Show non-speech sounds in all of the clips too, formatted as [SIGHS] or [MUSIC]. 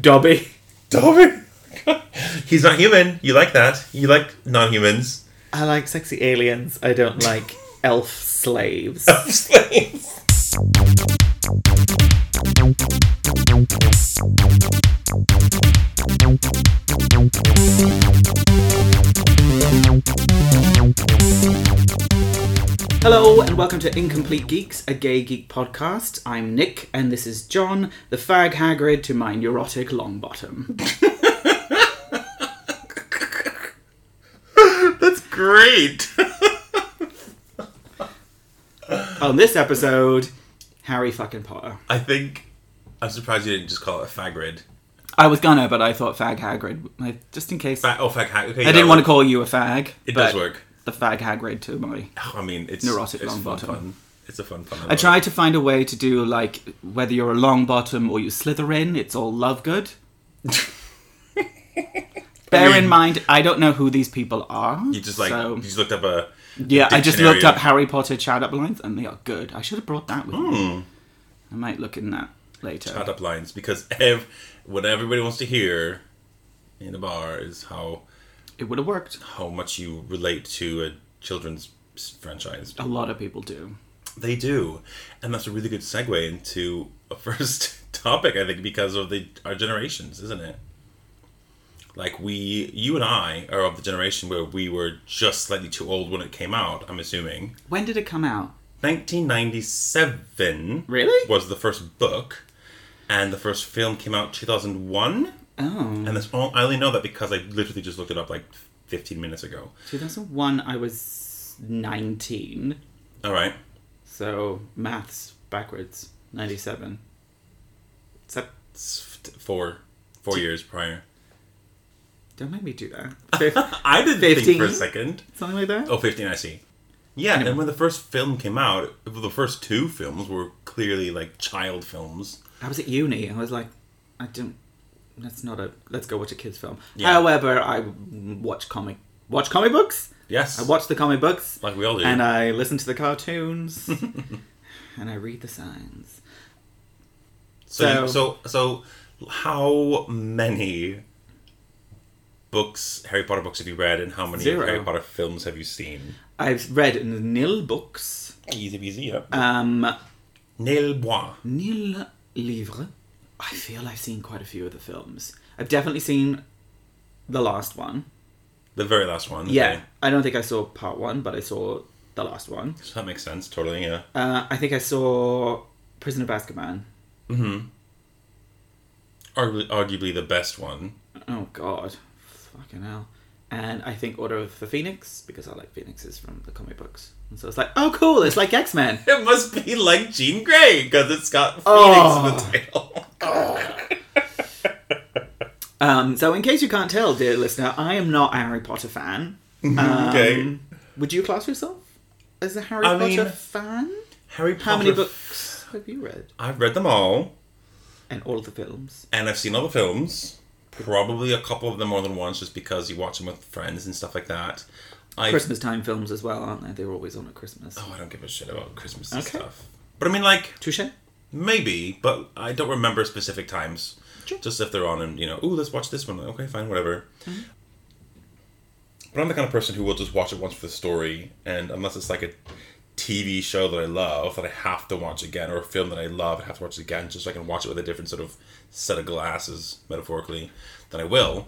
Dobby. Dobby. He's not human. You like that. You like [LAUGHS] non humans. I like sexy aliens. I don't [LAUGHS] like elf slaves. Slaves. Hello and welcome to Incomplete Geeks, a gay geek podcast. I'm Nick and this is John, the fag Hagrid to my neurotic long [LAUGHS] bottom. That's great. On this episode, Harry fucking Potter. [LAUGHS] I think I'm surprised you didn't just call it a fagrid. I was gonna, but I thought fag Hagrid, I- just in case. Fa- oh, fag hag. Okay, I didn't want to call you a fag. It but does work. The fag Hagrid to my I mean, it's Neurotic it's long fun, bottom. fun. It's a fun, fun. I tried to find a way to do like whether you're a long bottom or you Slytherin, it's all love [LAUGHS] good. Bear in mind, I don't know who these people are. You just like so, you just looked up a yeah. I just dictionary looked up of- Harry Potter chat up lines, and they are good. I should have brought that with me. Hmm. I might look in that later. chat up lines because ev- what everybody wants to hear in a bar is how It would have worked. how much you relate to a children's s- franchise. A lot of people do. They do, and that's a really good segue into a [LAUGHS] first topic, I think, because of the our generations, isn't it? Like we, you and I are of the generation where we were just slightly too old when it came out. I'm assuming When did it come out? 1997 Really? was the first book, and the first film came out 2001. Oh, And that's all I only know that because I literally just looked it up like 15 minutes ago. 2001. I was 19, All right. so maths backwards. 97. Sep- It's f- four four years prior. Don't make me do that. [LAUGHS] Fif- I didn't think for a 15? second. Something like that? Oh, 15, I see. Yeah, and when the first film came out, the first two films were clearly like child films. I was at uni. I was like, I don't. That's not a. Let's go watch a kids film. Yeah. However, I watch comic watch comic books. Yes. I watch the comic books like we all do. and uh, I listen to the [LAUGHS] cartoons and I read the signs. so, you- so, so, how many books, Harry Potter books, have you read, and how many Zero. Harry Potter films have you seen? I've read nil books. Easy, easy, yeah. Um, Neil Bois. nil livre. I feel I've seen quite a few of the films. I've definitely seen the last one. The very last one. Yeah, okay. I don't think I saw part one, but I saw the last one. So that makes sense, totally, yeah. Uh, I think I saw Prison of Azkaban. Mm-hmm. Arguably, arguably the best one. Oh God, fucking hell! And I think Order of the Phoenix because I like phoenixes from the comic books, and so it's like, oh cool, it's like X [LAUGHS] Men. It must be like Jean Grey, because it's got Phoenix Oh. in the [LAUGHS] title. Um, so in case you can't tell, dear listener, I am not a Harry Potter fan. Um, [LAUGHS] okay. Would you class yourself as a Harry I Potter mean- fan? Harry Potter. How many books have you read? I've read them all, And all the films. and I've seen all the films. Probably a couple of them more than once, just because you watch them with friends and stuff like that. I Christmas time films as well, aren't they? They're always on at Christmas. oh, I don't give a shit about Christmas and Okay. stuff. But I mean, like Touche. maybe, but I don't remember specific times. Sure. Just if they're on, and you know, ooh, let's watch this one. Okay, fine, whatever. But I'm the kind of person who will just watch it once for the story, and unless it's like a TV show that I love that I have to watch again, or a film that I love, I have to watch it again, just so I can watch it with a different sort of set of glasses, metaphorically, then I will.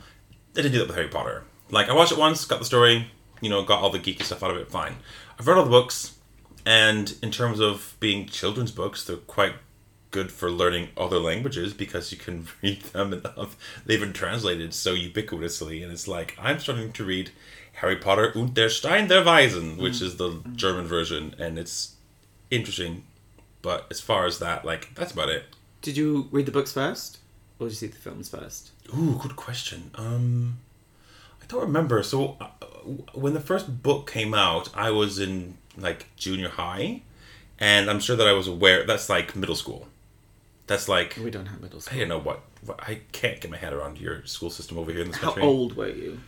I didn't do that with Harry Potter. Like I watched it once, got the story, you know, got all the geeky stuff out of it. Fine. I've read all the books, and in terms of being children's books, they're quite good for learning other languages because you can [LAUGHS] read them enough. They've been translated so ubiquitously, and it's like I'm starting to read Harry Potter und der Stein der Weisen, which is the German version, and it's interesting. But as far as that, like that's about it. Did you read the books first, or did you see the films first? Ooh, good question. Um, I don't remember. So, uh, when the first book came out, I was in like junior high, and I'm sure that I was aware. That's like middle school. That's like Oh, We don't have middle I school. don't know what, what I can't get my head around your school system over here in this How country. old were you?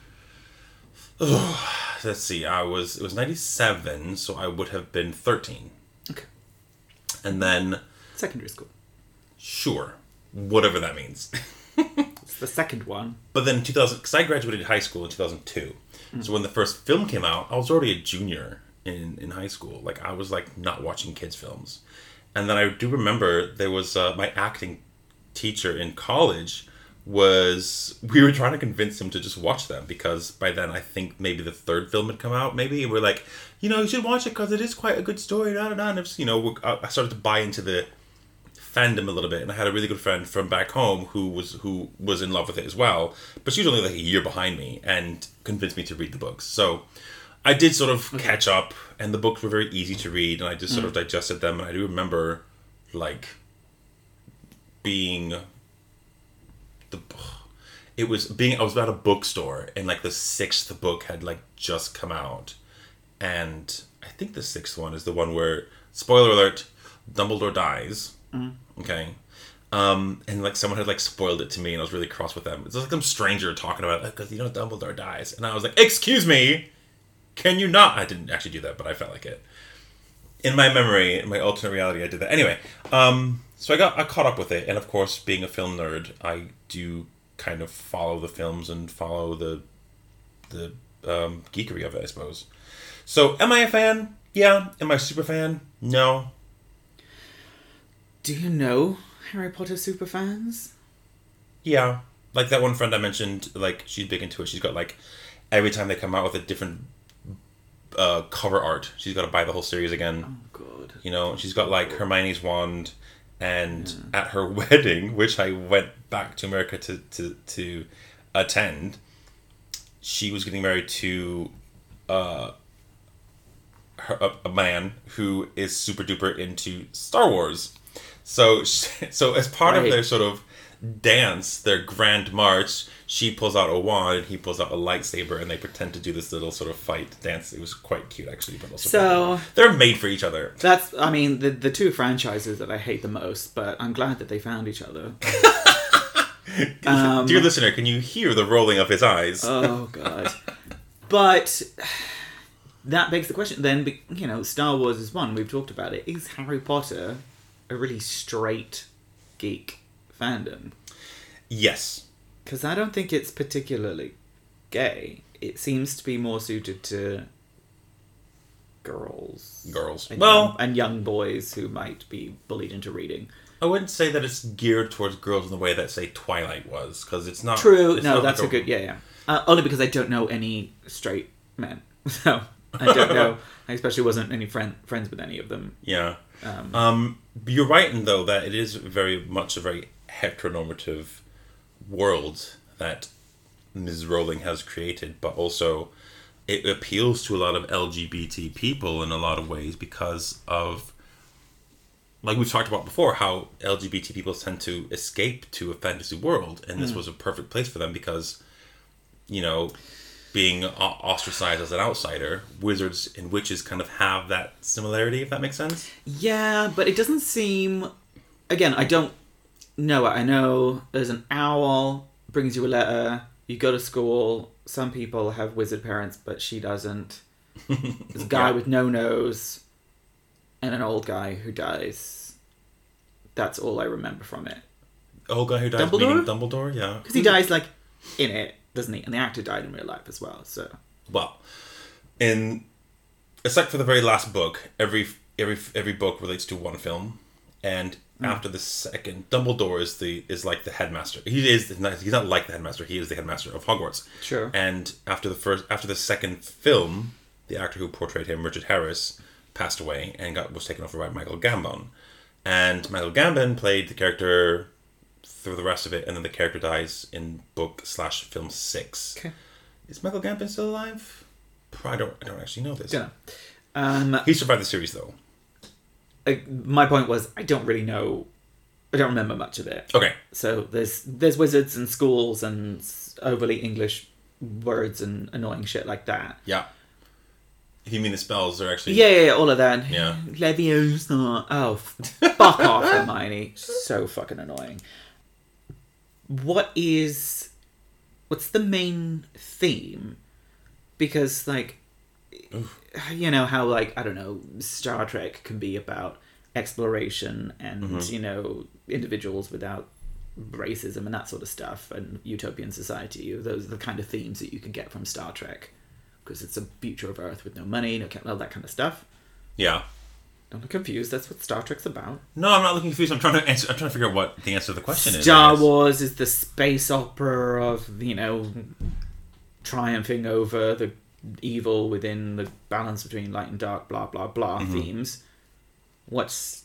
Let's see. I was it was 97, so I would have been 13, Okay. and then Secondary school. sure, whatever that means. the second one. But then 2000, because I graduated high school in 2002. So when the first film came out, I was already a junior in, in high school. Like, I was, like, not watching kids' films. And then I do remember there was uh, my acting teacher in college was [LAUGHS] we were trying to convince him to just watch them because by then I think maybe the third film had come out maybe and we're like you know you should watch it because it is quite a good story da, da, da. and it's, you know uh, I I started to buy into the fandom a little bit, and I had a really good friend from back home who was who was in love with it as well. But she was only like a year behind me and convinced me to read the books. So I did sort of catch up, and the books were very easy to read, and I just sort of digested them. And I do remember like being the it was being I was at a bookstore, and like the sixth book had like just come out, and I think the sixth one is the one where spoiler alert. Dumbledore dies, Okay. Um, and like someone had like spoiled it to me, and I was really cross with them. It's like some stranger talking about because you know Dumbledore dies, and I was like, "Excuse me, can you not?" I didn't actually do that, but I felt like it. In my memory, in my alternate reality, I did that anyway. Um, so I got I caught up with it, and of course, being a film nerd, I do kind of follow the films and follow the the um, geekery of it, I suppose. So, am I a fan? Yeah. Am I a super fan? No. Do you know Harry Potter superfans? Yeah. Like that one friend I mentioned, like she's big into it. She's got like every time they come out with a different uh, cover art, she's got to buy the whole series again. Oh, God. You know, she's got like Hermione's wand, and at her [LAUGHS] wedding, which I went back to America to to to attend, she was getting married to uh, her, a, a man who is super duper into Star Wars. So [LAUGHS] sh- so as part Right. of their sort of dance, their grand march, she pulls out a wand and he pulls out a lightsaber, and they pretend to do this little sort of fight dance. It was quite cute actually, but also So- they're made for each other. That's, I mean, the, the two franchises that I hate the most, but I'm glad that they found each other. Um, Dear listener, can you hear the rolling of his eyes? Oh, [LAUGHS] God. but that begs the question then, be- you know, Star Wars is one, we've talked about it. Is Harry Potter a really straight geek fandom? yes. Because I don't think it's particularly gay. It seems to be more suited to girls. Girls. And Well, young, and young boys who might be bullied into reading. I wouldn't say that it's geared towards girls in the way that, say, Twilight was, because it's not. True. Oh, it's no, not that's a like good. Yeah, yeah. Uh, only because I don't know any straight men, [LAUGHS] so I [LAUGHS] don't know. I especially wasn't any friend friends with any of them. Yeah. Um, Um, but you're right in though that it is very much a very heteronormative world that Ms. Rowling has created, but also it appeals to a lot of LGBT people in a lot of ways because of like we've talked about before how LGBT people tend to escape to a fantasy world, and this was a perfect place for them because you know being o- ostracized as an outsider, wizards and witches kind of have that similarity, if that makes sense. Yeah, but it doesn't seem. Again, I don't know. I know there's an owl brings you a letter. You go to school. Some people have wizard parents, but she doesn't. There's a guy Yeah. with no nose, and an old guy who dies. That's all I remember from it. Oh, guy who dies Dumbledore? meeting Dumbledore, yeah. Because he dies like in it, doesn't he? And the actor died in real life as well. So Well, in except for the very last book, every every every book relates to one film, and after the second, Dumbledore is the is like the headmaster. He is not, he's not like the headmaster. He is the headmaster of Hogwarts. Sure. And after the first after the second film, the actor who portrayed him, Richard Harris, passed away and got was taken over by Michael Gambon, and Michael Gambon played the character through the rest of it, and then the character dies in book slash film six. okay, Is Michael Gambon still alive? Pro- I don't. I don't actually know this. don't know. Um, He survived the series though. I, my point was, I don't really know. I don't remember much of it. Okay. So there's there's wizards and schools and s- overly English words and annoying shit like that. Yeah. If you mean the spells, they're actually. Yeah, yeah, yeah, all of that. Yeah. Leviosa. Oh, f- fuck off, Hermione. So fucking annoying. What is. What's the main theme? Because, like, you know how, like, I don't know, Star Trek can be about exploration and, you know, individuals without racism and that sort of stuff and utopian society. Those are the kind of themes that you can get from Star Trek because it's a future of Earth with no money, no ca- all that kind of stuff. Yeah. Don't be confused. That's what Star Trek's about. No, I'm not looking confused. I'm trying to answer. I'm trying to figure out what the answer to the question is. I Star guess. Wars is the space opera of you know triumphing over the evil within the balance between light and dark, blah blah blah Mm-hmm. themes. What's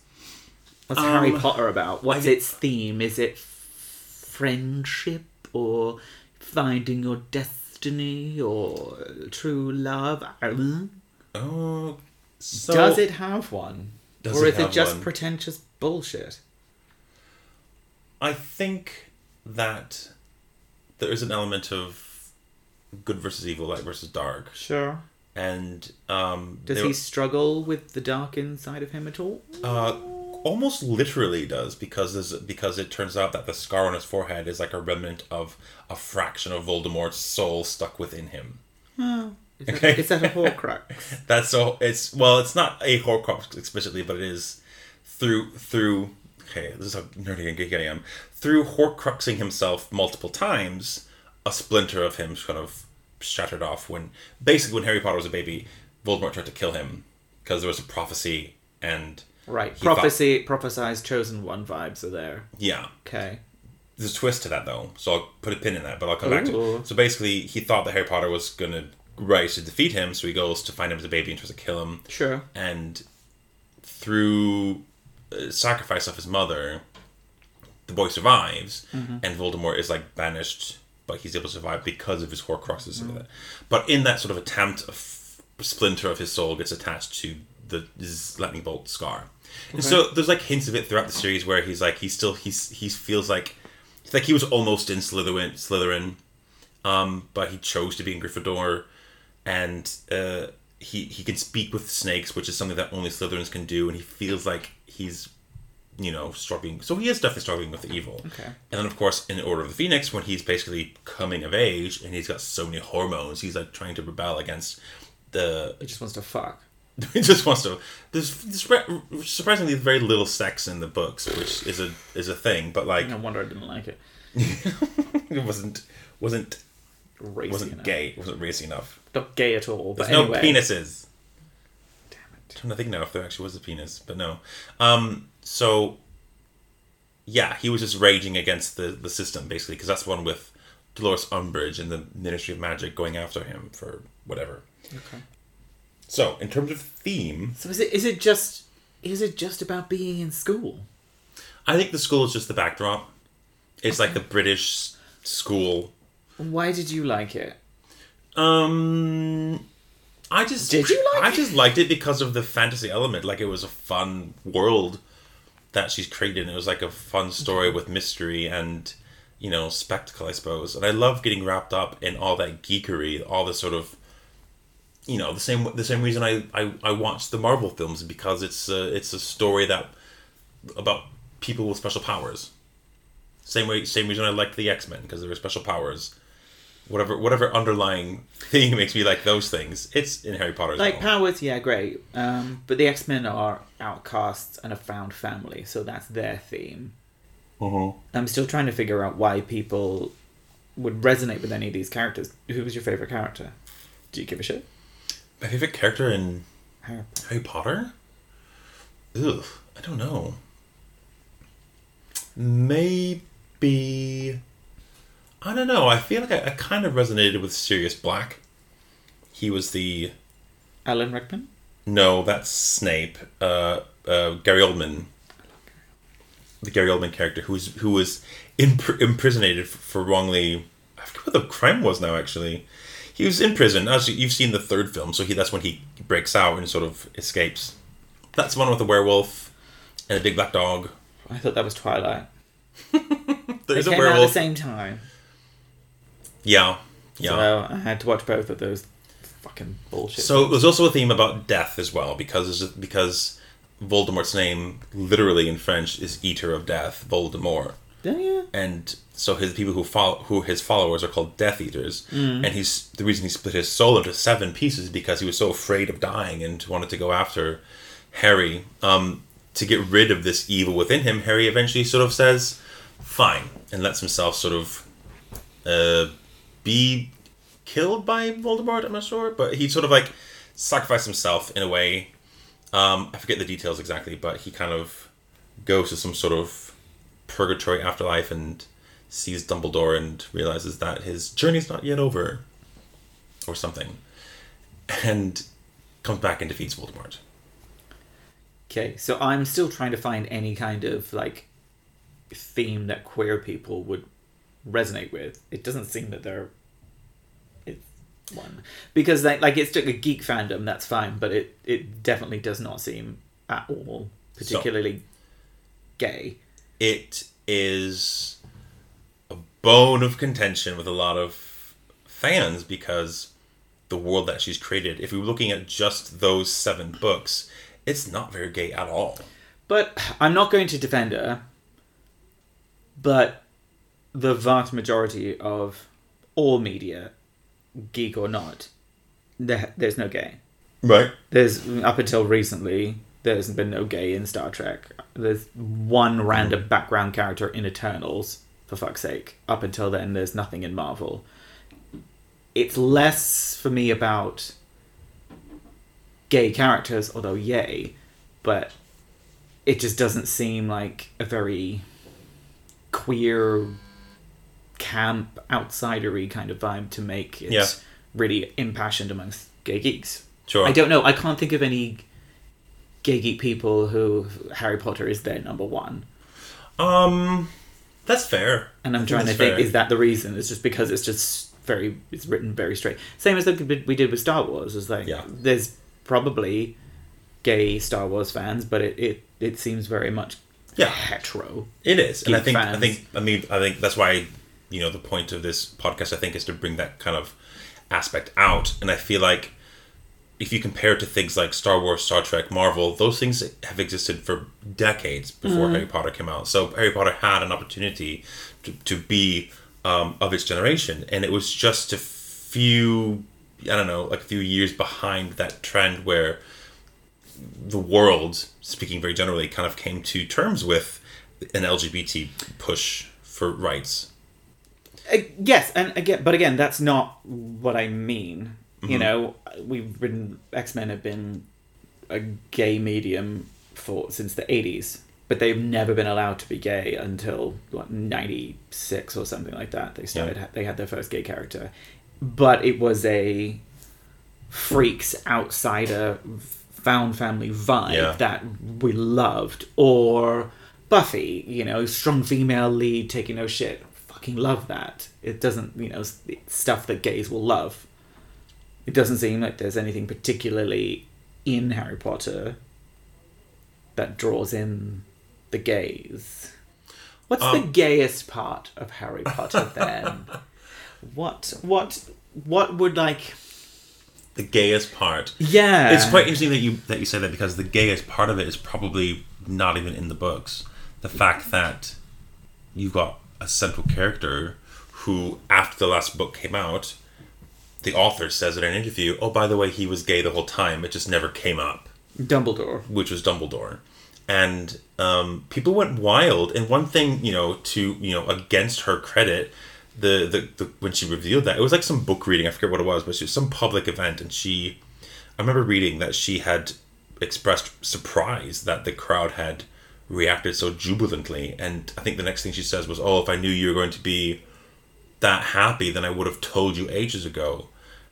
what's Harry Um, Potter about? What's I- its theme? Is it friendship or finding your destiny or true love? Um, Oh, so does it have one, Does or it is it have just one? pretentious bullshit? I think that there is an element of good versus evil, light versus dark, Sure. and um, Does there- he struggle with the dark inside of him at all? uh, almost literally does because there's, because it turns out that the scar on his forehead is like a remnant of a fraction of Voldemort's soul stuck within him. Is that, Okay. is that a [LAUGHS] Horcrux? That's so it's well, it's not a Horcrux explicitly, but it is through through. Okay, this is how nerdy and geeky I am. Through Horcruxing himself multiple times, a splinter of him kind of shattered off. When basically, when Harry Potter was a baby, Voldemort tried to kill him because there was a prophecy and right. thought- Prophecy, prophesies, chosen one vibes are there. yeah, Okay. there's a twist to that though, so I'll put a pin in that, but I'll come back to Ooh. it. So basically, he thought that Harry Potter was gonna rise to defeat him, so he goes to find him as a baby and tries to kill him. Sure. and through uh, sacrifice of his mother, the boy survives, and Voldemort is like banished, but he's able to survive because of his Horcruxes. and all that. But in that sort of attempt, a f- splinter of his soul gets attached to the his lightning bolt scar, and so there's like hints of it throughout the series where he's like he's still he's he feels like it's like he was almost in Slytherin, Slytherin, um, but he chose to be in Gryffindor, and uh, he he can speak with snakes, which is something that only Slytherins can do, and he feels like he's, you know, struggling. So he is definitely struggling with the evil. Okay. And then of course in Order of the Phoenix, when he's basically coming of age and he's got so many hormones, he's like trying to rebel against the. [LAUGHS] He just wants to fuck. He just wants to. There's, there's re- surprisingly very little sex in the books, which is a is a thing. But like, No wonder I didn't like it. [LAUGHS] it wasn't wasn't Racy wasn't enough. gay. It wasn't racy enough. Not gay at all. But There's anyway. no penises. Damn it. trying to think now if there actually was a penis, but no. Um, so yeah, he was just raging against the the system basically because that's the one with Dolores Umbridge and the Ministry of Magic going after him for whatever. Okay. So in terms of theme, So is it is it just is it just about being in school? I think the school is just the backdrop. It's like the British school. Why did you like it? Um, I just Did you like I it? just liked it because of the fantasy element. Like it was a fun world that she's created. And it was like a fun story Mm-hmm. with mystery and you know spectacle, I suppose. And I love getting wrapped up in all that geekery, all the sort of you know the same the same reason I I, I watch the Marvel films because it's a, it's a story that about people with special powers. Same way, same reason I liked the X Men because they were special powers. Whatever, whatever underlying [LAUGHS] thing makes me like those things. It's in Harry Potter. as Like well. powers, yeah, great. Um, but the X Men are outcasts and a found family, so that's their theme. I'm still trying to figure out why people would resonate with any of these characters. Who was your favorite character? Do you give a shit? My favorite character in Her. Harry Potter. Ugh, I don't know. Maybe. I don't know. I feel like I, I kind of resonated with Sirius Black. He was the Alan Rickman. No, that's Snape. Uh, uh, Gary Oldman, the Gary Oldman character, who was who was impr- imprisoned for wrongly. I forget what the crime was now. Actually, he was in prison. As you- you've seen the third film, so he that's when he breaks out and sort of escapes. That's the one with the werewolf and the big black dog. I thought that was Twilight. There's they a came out at the werewolf. same time. Yeah, yeah. So uh, I had to watch both of those fucking bullshit. So there's also a theme about death as well, because because Voldemort's name literally in French is Eater of Death, Voldemort. yeah, yeah. and so his people who follow who his followers are called Death Eaters, and he's the reason he split his soul into seven pieces because he was so afraid of dying and wanted to go after Harry um, to get rid of this evil within him. Harry eventually sort of says, fine and lets himself sort of uh, be killed by Voldemort. I'm not sure, but he sort of like sacrificed himself in a way. Um, I forget the details exactly, but he kind of goes to some sort of purgatory afterlife and sees Dumbledore and realizes that his journey's not yet over, or something, and comes back and defeats Voldemort. Okay, so I'm still trying to find any kind of like theme that queer people would resonate with. It doesn't seem that there is one because like like it's like a geek fandom that's fine, but it it definitely does not seem at all particularly gay. It is a bone of contention with a lot of fans because the world that she's created, if we were looking at just those seven books, it's not very gay at all. But I'm not going to defend her. But the vast majority of all media, geek or not, there, there's no gay. Right. There's up until recently, there's been no gay in Star Trek. There's one random background character in Eternals, for fuck's sake. Up until then, there's nothing in Marvel. It's less for me about gay characters, although yay, but it just doesn't seem like a very queer camp outsidery kind of vibe to make it Yeah. really impassioned amongst gay geeks. Sure. I don't know. I can't think of any gay geek people who Harry Potter is their number one. Um, that's fair. And I I'm think trying to that's think: fair. is that the reason? It's just because it's just very, it's written very straight. Same as like we did with Star Wars. Is like Yeah. there's probably gay Star Wars fans, but it it, it seems very much Yeah. hetero. It is, and I Geek think I fans. think I mean I think that's why you know the point of this podcast I think is to bring that kind of aspect out, and I feel like if you compare it to things like Star Wars, Star Trek, Marvel, those things have existed for decades before Mm-hmm. Harry Potter came out. So Harry Potter had an opportunity to, to be um, of its generation, and it was just a few I don't know like a few years behind that trend where the world, speaking very generally, kind of came to terms with an LGBT push for rights. Uh, yes, and again, but again, that's not what I mean. You know, we've been X Men have been a gay medium for since the eighties, but they've never been allowed to be gay until like ninety six or something like that. They started they had their first gay character, but it was a freaks outsider found family vibe Yeah. that we loved or buffy you know strong female lead taking no shit fucking love that it doesn't you know s- it's stuff that gays will love it doesn't seem like there's anything particularly in harry potter that draws in the gays what's the Um, gayest part of harry potter [LAUGHS] then what what what would like The gayest part. yeah It's quite interesting that you that you say that because the gayest part of it is probably not even in the books. The fact that you've got a central character who, after the last book came out, the author says in an interview, "Oh, by the way, he was gay the whole time. It just never came up." Dumbledore. which was Dumbledore, and um, people went wild. And one thing, you know, to you know, against her credit, the, the the when she revealed that it was like some book reading. I forget what it was, but she was some public event, and she, I remember reading that she had expressed surprise that the crowd had reacted so jubilantly. And I think the next thing she says was, "Oh, if I knew you were going to be that happy, then I would have told you ages ago."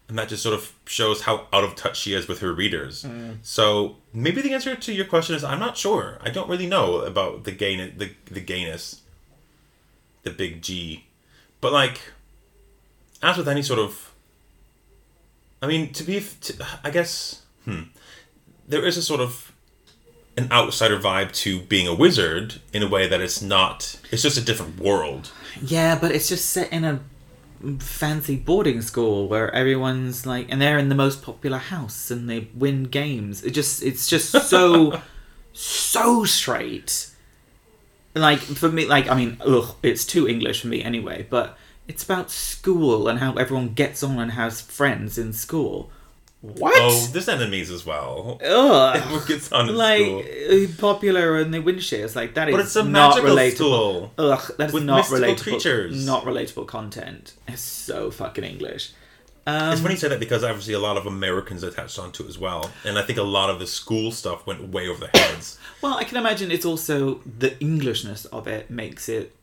And that just sort of shows how out of touch she is with her readers. So maybe the answer to your question is I'm not sure. I don't really know about the gay the the gayness, the big G, but like, as with any sort of, I mean, to be, f- to, I guess, hmm, there is a sort of an outsider vibe to being a wizard in a way that it's not. It's just a different world. Yeah, but it's just set in a fancy boarding school where everyone's like, and they're in the most popular house and they win games. It just, it's just [LAUGHS] so, so straight. Like for me, like I mean, ugh, it's too English for me anyway. But it's about school and how everyone gets on and has friends in school. What? Oh, there's enemies as well. [LAUGHS] Ugh. Oh. Everyone gets on in like school. uh, popular in the windshields. Like that is But it's a not magical relatable. school. Ugh, that is With not mystical relatable. creatures. Not relatable content. It's so fucking English. Um, It's funny you say that because obviously a lot of Americans attached onto it as well, and I think a lot of the school stuff went way over their [COUGHS] heads. Well, I can imagine it's also the Englishness of it makes it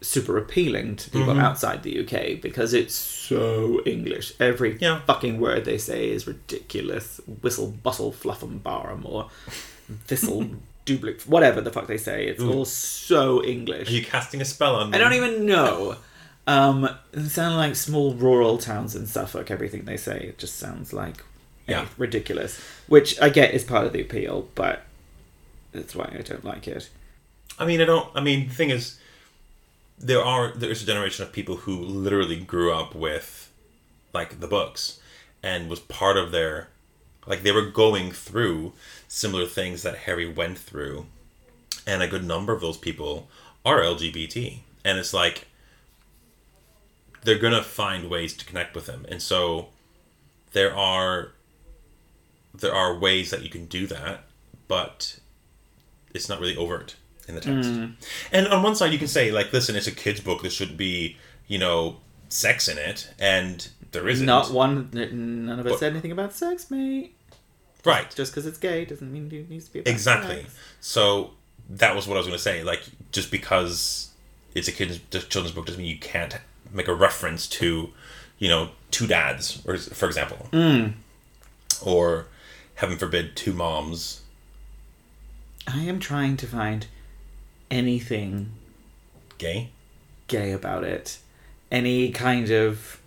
super appealing to people Mm-hmm. outside the UK because it's so English. Every Yeah. fucking word they say is ridiculous. Whistle, bustle, fluff, and barum, or [LAUGHS] thistle, dublik, whatever the fuck they say. It's all so English. Are you casting a spell on me? I don't even know. Um, it sound like small rural towns in Suffolk. Everything they say it just sounds like Yeah. ridiculous, which I get is part of the appeal, but that's why I don't like it. e- I mean, I don't. I mean, the thing is, there are there is a generation of people who literally grew up with, like, the books, and was part of their, like, they were going through similar things that Harry went through, and a good number of those people are LGBT, and it's like, they're gonna find ways to connect with them, and so, there are. There are ways that you can do that, but it's not really overt in the text. And on one side, you can say like, "Listen, it's a kids' book. There should be, you know, sex in it," and there isn't. Not one, n- none of it But- said anything about sex, mate. right, Just because it's gay doesn't mean it needs to be about exactly. sex. So that was what I was going to say. Like, just because it's a kids' just children's book doesn't mean you can't make a reference to, you know, two dads, or for example, or heaven forbid, two moms. I am trying to find anything Gay. gay about it. Any kind of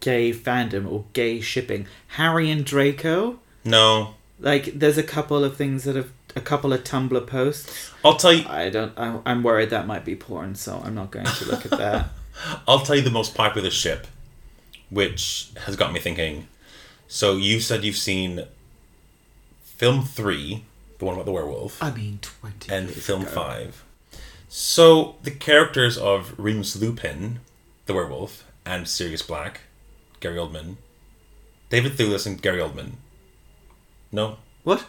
gay fandom or gay shipping. Harry and Draco. No, Like, there's a couple of things that have a couple of Tumblr posts. I'll tell you. I don't. I, I'm worried that might be porn, so I'm not going to look at that. I'll tell you the most popular ship, which has got me thinking. So you said you've seen film three, the one about the [LAUGHS] werewolf, I mean, twenty. and years film ago. five. So the characters of Remus Lupin, the werewolf, and Sirius Black, Gary Oldman, David Thewlis, and Gary Oldman. No, What?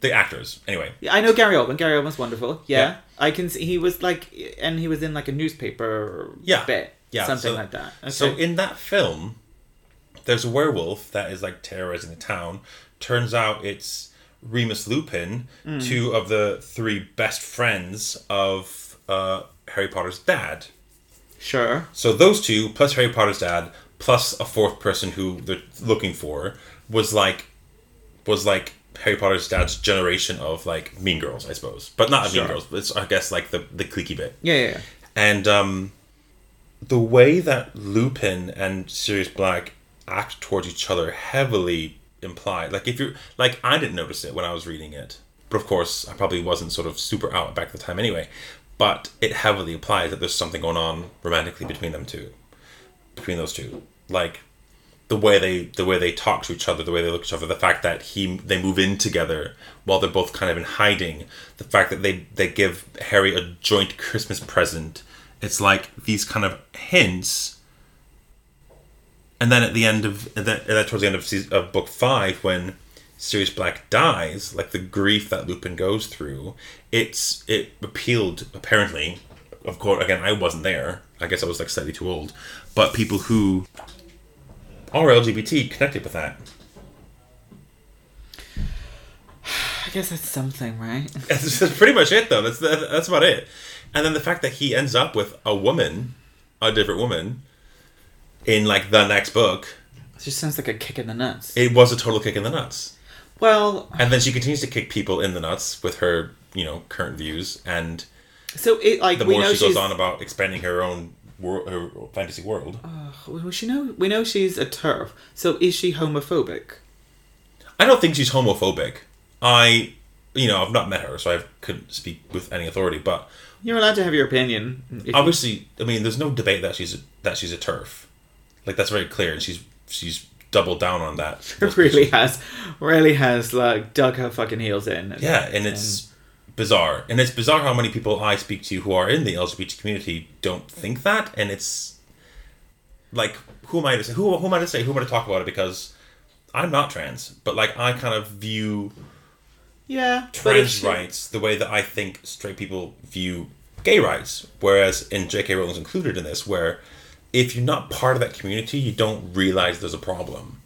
the actors. Anyway, Yeah, I know Gary Oldman. Gary Oldman's wonderful. Yeah. Yeah. I can see he was like, and he was in like a newspaper Yeah. bit, Yeah, something so- like that. So Okay. in that film, there's a werewolf that is like terrorizing the town. Turns out it's Remus Lupin, two of the three best friends of uh, Harry Potter's dad. sure. So those two, plus Harry Potter's dad, plus a fourth person who they're looking for, was like, was like Harry Potter's dad's generation of like Mean Girls, I suppose, but not Sure. Mean Girls. But it's I guess like the the cliquey bit. Yeah, yeah, yeah. And um, the way that Lupin and Sirius Black act towards each other heavily implied. Like if you're like I didn't notice it when I was reading it. But of course I probably wasn't sort of super out back at the time anyway. But it heavily implies that there's something going on romantically between them two. Between those two. Like the way they the way they talk to each other, the way they look at each other, the fact that he they move in together while they're both kind of in hiding, the fact that they they give Harry a joint Christmas present. It's like these kind of hints. And then at the end of and then, and then towards the end of, season, of book five, when Sirius Black dies, like the grief that Lupin goes through, it's it appealed apparently. Of course, again, I wasn't there. I guess I was like slightly too old, but people who are LGBT connected with that. [LAUGHS] I guess that's something, right? That's, that's pretty much it, though. That's that, that's about it. And then the fact that he ends up with a woman, a different woman, in like the next book, It just sounds like a kick in the nuts. it was a total kick in the nuts. well, And then she continues to kick people in the nuts with her, you know, current views. And so it like the we more know she she's goes on about expanding her own world, her fantasy world, Well, she know we know she's a turf. So is she homophobic? I don't think she's homophobic. I, you know, I've not met her, so I couldn't speak with any authority. But You're allowed to have your opinion. If- obviously, I mean, there's no debate that she's a, that she's a turf. Like that's very clear, and she's she's doubled down on that. [LAUGHS] really has, really has like dug her fucking heels in. Yeah, and it's bizarre, and it's bizarre how many people I speak to who are in the LGBT community don't think that, and it's like who am I to say? Who who am I to say? Who am I to talk about it? Because I'm not trans, but like I kind of view Yeah. but if trans she- rights the way that I think straight people view gay rights. Whereas in J.K. Rowling's included in this, where if you're not part of that community, you don't realize there's a problem,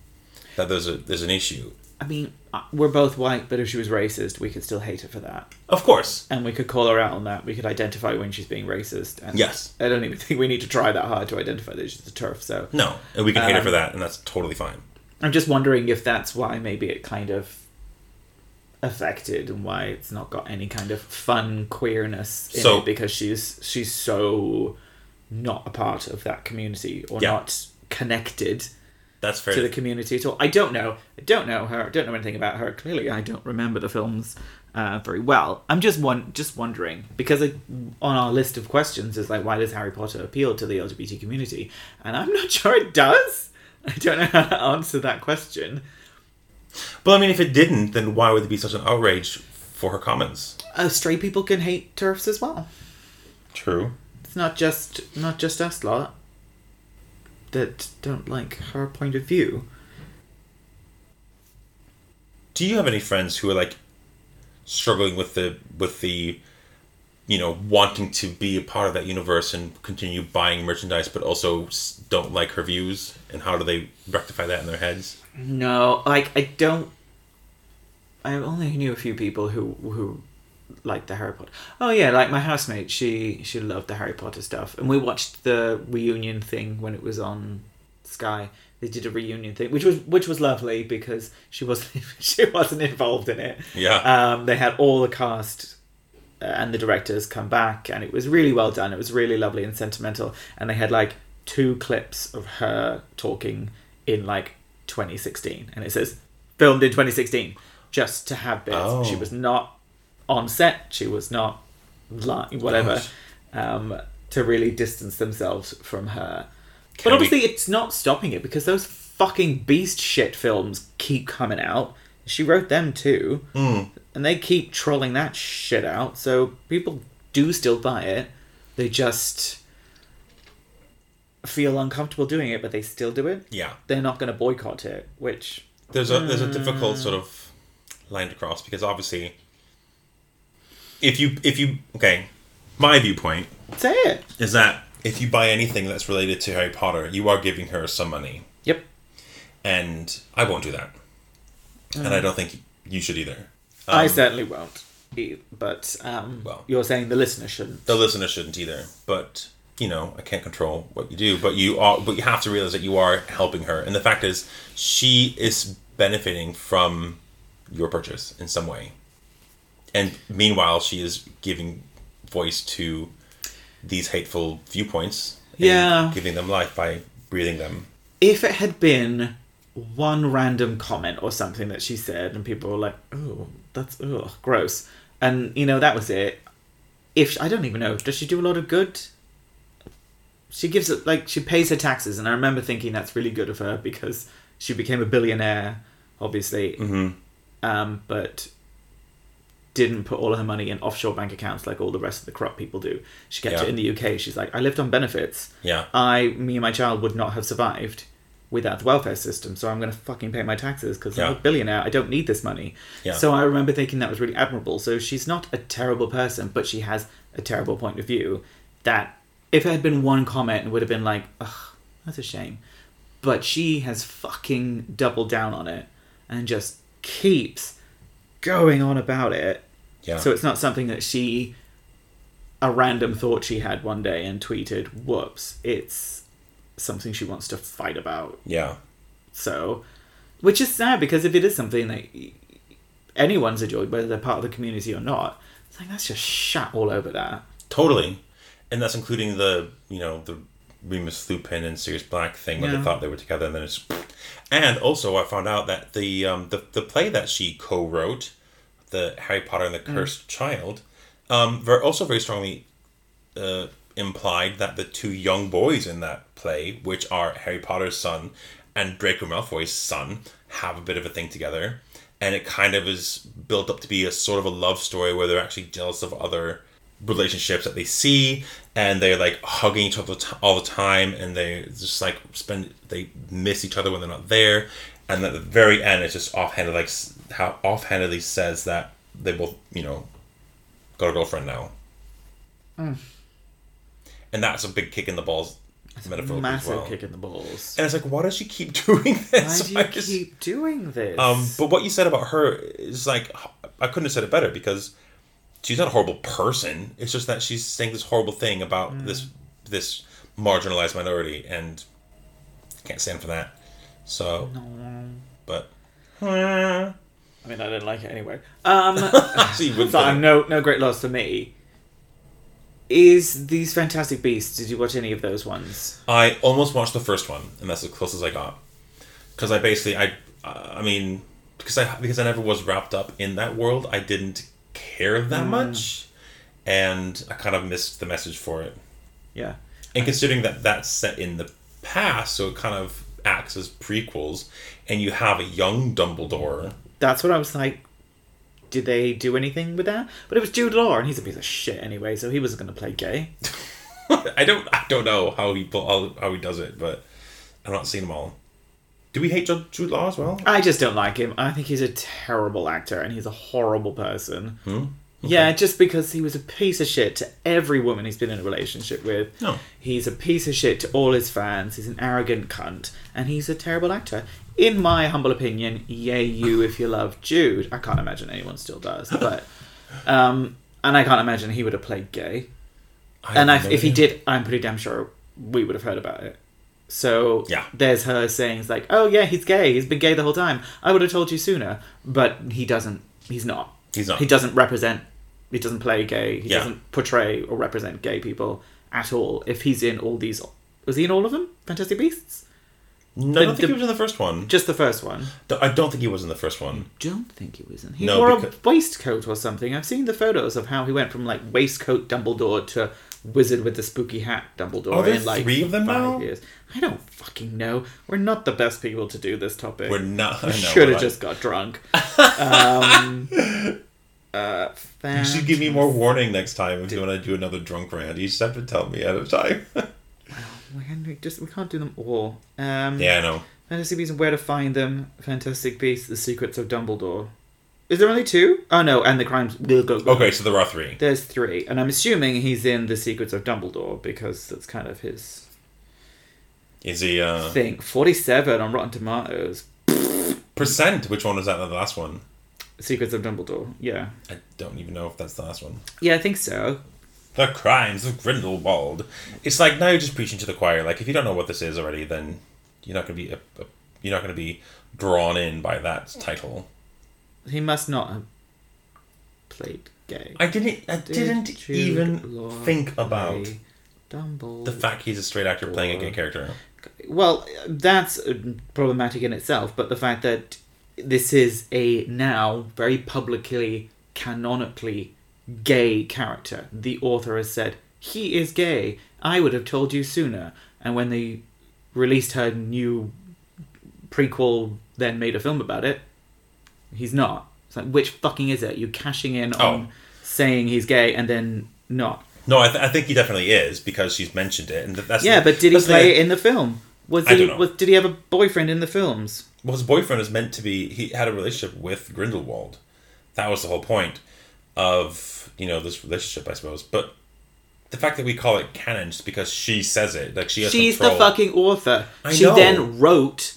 that there's a there's an issue. I mean, uh, we're both white, but if she was racist, we could still hate her for that. Of course, And we could call her out on that. We could identify when she's being racist. And Yes. I don't even think we need to try that hard to identify that she's a turf, so. no, and we can hate her Um, for that, and that's totally fine. I'm just wondering if that's why maybe it kind of affected and why it's not got any kind of fun queerness in So- it because she's she's so not a part of that community or Yeah. not connected That's fair. to the community at all. I don't know. I don't know her. I don't know anything about her. Clearly, I don't remember the films uh, very well. I'm just one, just wondering because I, on our list of questions is like, why does Harry Potter appeal to the LGBT community? And I'm not [LAUGHS] sure it does. I don't know how to answer that question. But I mean, if it didn't, then why would there be such an outrage for her comments? Uh, straight people can hate turfs as well. True. It's not just not just us lot that don't like her point of view. Do you have any friends who are like struggling with the with the you know wanting to be a part of that universe and continue buying merchandise, but also s- don't like her views? And how do they rectify that in their heads? No, like I don't. I only knew a few people who who liked the Harry Potter. Oh yeah, like my housemate, she she loved the Harry Potter stuff, and we watched the reunion thing when it was on Sky. They did a reunion thing, which was which was lovely because she wasn't [LAUGHS] she wasn't involved in it. Yeah. Um, they had all the cast uh, and the directors come back, and it was really well done. It was really lovely and sentimental. And they had like two clips of her talking in like 2016, and it says filmed in 2016, just to have bits. Oh. She was not on set. She was not li- whatever. Gosh. Um, to really distance themselves from her. Can but we- obviously, it's not stopping it because those fucking beast shit films keep coming out. She wrote them too Hmm. and they keep trolling that shit out. So people do still buy it. They just feel uncomfortable doing it, but they still do it. yeah. They're not going to boycott it, which There's a there's a difficult sort of line to cross because obviously, if you if you okay, my viewpoint say it. is that if you buy anything that's related to Harry Potter, you are giving her some money. Yep. and I won't do that. And I don't think you should either. I certainly won't. e- But um, Um, Well. you're saying the listener shouldn't. The listener shouldn't either. But you know, I can't control what you do. But you are. But you have to realize that you are helping her. And the fact is, she is benefiting from your purchase in some way. And meanwhile, she is giving voice to these hateful viewpoints. and Yeah. giving them life by breathing them. If it had been one random comment or something that she said, and people were like, "Oh, that's ugh, gross," and you know that was it. If I don't even know, does she do a lot of good? she gives it like she pays her taxes and i remember thinking that's really good of her because she became a billionaire obviously um, but didn't put all of her money in offshore bank accounts like all the rest of the corrupt people do she kept it Yeah. in the uk she's like i lived on benefits Yeah. i me and my child would not have survived without the welfare system so i'm going to fucking pay my taxes because i'm Yeah. a billionaire i don't need this money Yeah. so i remember thinking that was really admirable so she's not a terrible person but she has a terrible point of view that if it had been one comment it would have been like ugh that's a shame but she has fucking doubled down on it and just keeps going on about it Yeah. so it's not something that she, a random thought she had one day and tweeted, whoops. It's something she wants to fight about. yeah. So, which is sad because if it is something that y- anyone's enjoyed, whether they're part of the community or not, it's like, that's just shat all over that. Totally, and that's including the you know the Remus Lupin and Sirius Black thing when Yeah. they thought they were together, and then it's. And also, I found out that the um, the the play that she co-wrote, the Harry Potter and the Cursed Child, um, very also very strongly uh, implied that the two young boys in that play, which are Harry Potter's son and Draco Malfoy's son, have a bit of a thing together. And it kind of is built up to be a sort of a love story where they're actually jealous of other relationships that they see and they're like hugging each other t- all the time and they just like spend they miss each other when they're not there and at the very end, it's just offhanded, like s- how offhandedly says that they both, you know, got a girlfriend now, Mm. and that's a big kick in the balls, metaphorically as Massive well. kick in the balls. [LAUGHS] And it's like, why does she keep doing Why this? do you I just- keep doing this? um, but what you said about her is like, I couldn't have said it better because she's not a horrible person. It's just that she's saying this horrible thing about Mm. this this marginalized minority, and can't stand for that. So, but [LAUGHS] so I mean, I didn't like it anyway. [LAUGHS] Um, [LAUGHS] you wouldn't so I'm think- no no great loss for me. Is these Fantastic Beasts? Did you watch any of those ones? I almost watched the first one, and that's as close as I got. Because I basically, I, I mean, because I because I never was wrapped up in that world, I didn't care that much, and I kind of missed the message for it. Yeah. And considering that that's set in the past, so it kind of acts as prequels, and you have a young Dumbledore. [LAUGHS] That's what I was like. Did they do anything with that? But it was Jude Law, and he's a piece of shit anyway, so he wasn't going to play gay. I don't, I don't know how he pull- how he does it, but I've not seen them all. Do we hate Ju- Jude Law as well? I just don't like him. I think he's a terrible actor, and he's a horrible person. Yeah, just because he was a piece of shit to every woman he's been in a relationship with. No. He's a piece of shit to all his fans. He's an arrogant cunt, and he's a terrible actor. In my humble opinion, yay you if you love Jude. I can't imagine anyone still does, but um, and I can't imagine he would have played gay. And have I, no if he idea. did, I'm pretty damn sure we would have heard about it. So Yeah. there's her saying, it's like, oh yeah, he's gay. He's been gay the whole time. I would have told you sooner, but he doesn't. He's not. He's not. He doesn't represent. He doesn't play gay. He Yeah. doesn't portray or represent gay people at all. If he's in all these, was he in all of them? Fantastic Beasts? no, I don't the- think he was in the first one. Just the first one. I don't think he was in the first one. Don't think he was in. He No, wore because- a waistcoat or something. I've seen the photos of how he went from like waistcoat Dumbledore to wizard with the spooky hat Dumbledore. Are there in, like, three of them five now? Years. I don't fucking know. We're not the best people to do this topic. We're not. I know, Should have we're not. Mm. just got [LAUGHS] drunk. um, uh, You should give me more warning next time if you want to do another drunk rant. You just have to tell me ahead of time. [LAUGHS] We can't- just we can't do them all. Um, yeah, I know. Fantastic Beasts and Where to Find Them. Fantastic Beasts: The Secrets of Dumbledore. Is there only two? Oh no, and the crimes. Mm. Okay, so there are three. There's three, and I'm assuming he's in the Secrets of Dumbledore because that's kind of his Is he uh, thing. Forty-seven on Rotten Tomatoes. percent? Which one was that? The last one? Secrets of Dumbledore. Yeah, I don't even know if that's the last one. yeah, I think so. The crimes of Grindelwald. It's like now you're just preaching to the choir. Like if you don't know what this is already, then you're not gonna be a, a, you're not gonna be drawn in by that title. He must not have played gay. I didn't. I Did didn't Jude even Law think about play Dumbledore. the fact he's a straight actor playing a gay character. well, that's uh, problematic in itself, but the fact that this is a now very publicly, canonically gay character. The author has said, he is gay. I would have told you sooner. And when they released her new prequel, then made a film about it, he's not. It's like, which fucking is it? You cashing in on Oh. saying he's gay and then not. No, I, th- I think he definitely is because she's mentioned it, and th- that's Yeah, but did he that's the thing. play it in the film? Was I he don't know. was, did he have a boyfriend in the films? Well, his boyfriend is meant to be. He had a relationship with Grindelwald. That was the whole point of you know this relationship, I suppose. But the fact that we call it canon just because she says it, like she has She's the control. fucking author. I she know. then wrote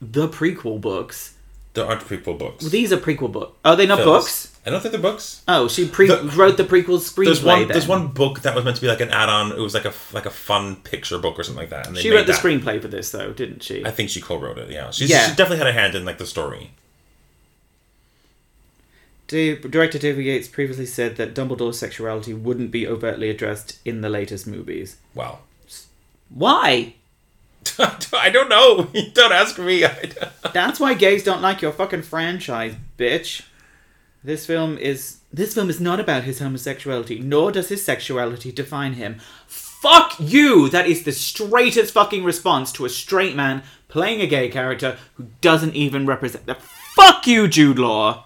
the prequel books. There aren't prequel books. These are prequel books. Are they not Films. books? I don't think they're books. Oh, she pre- The- wrote the prequel screenplay. There's one. then. There's one book that was meant to be like an add-on. It was like a f- like a fun picture book or something like that. And they She made wrote the that. screenplay for this, though, didn't she? I think she co-wrote it. Yeah, She's, Yeah. she definitely had a hand in like the story. Da- Director David Yates previously said that Dumbledore's sexuality wouldn't be overtly addressed in the latest movies. Wow. Why? [LAUGHS] I don't know. [LAUGHS] don't ask me. I don't- That's why gays don't like your fucking franchise, bitch. This film is this film is not about his homosexuality, nor does his sexuality define him. Fuck you! That is the straightest fucking response to a straight man playing a gay character who doesn't even represent the Fuck you, Jude Law!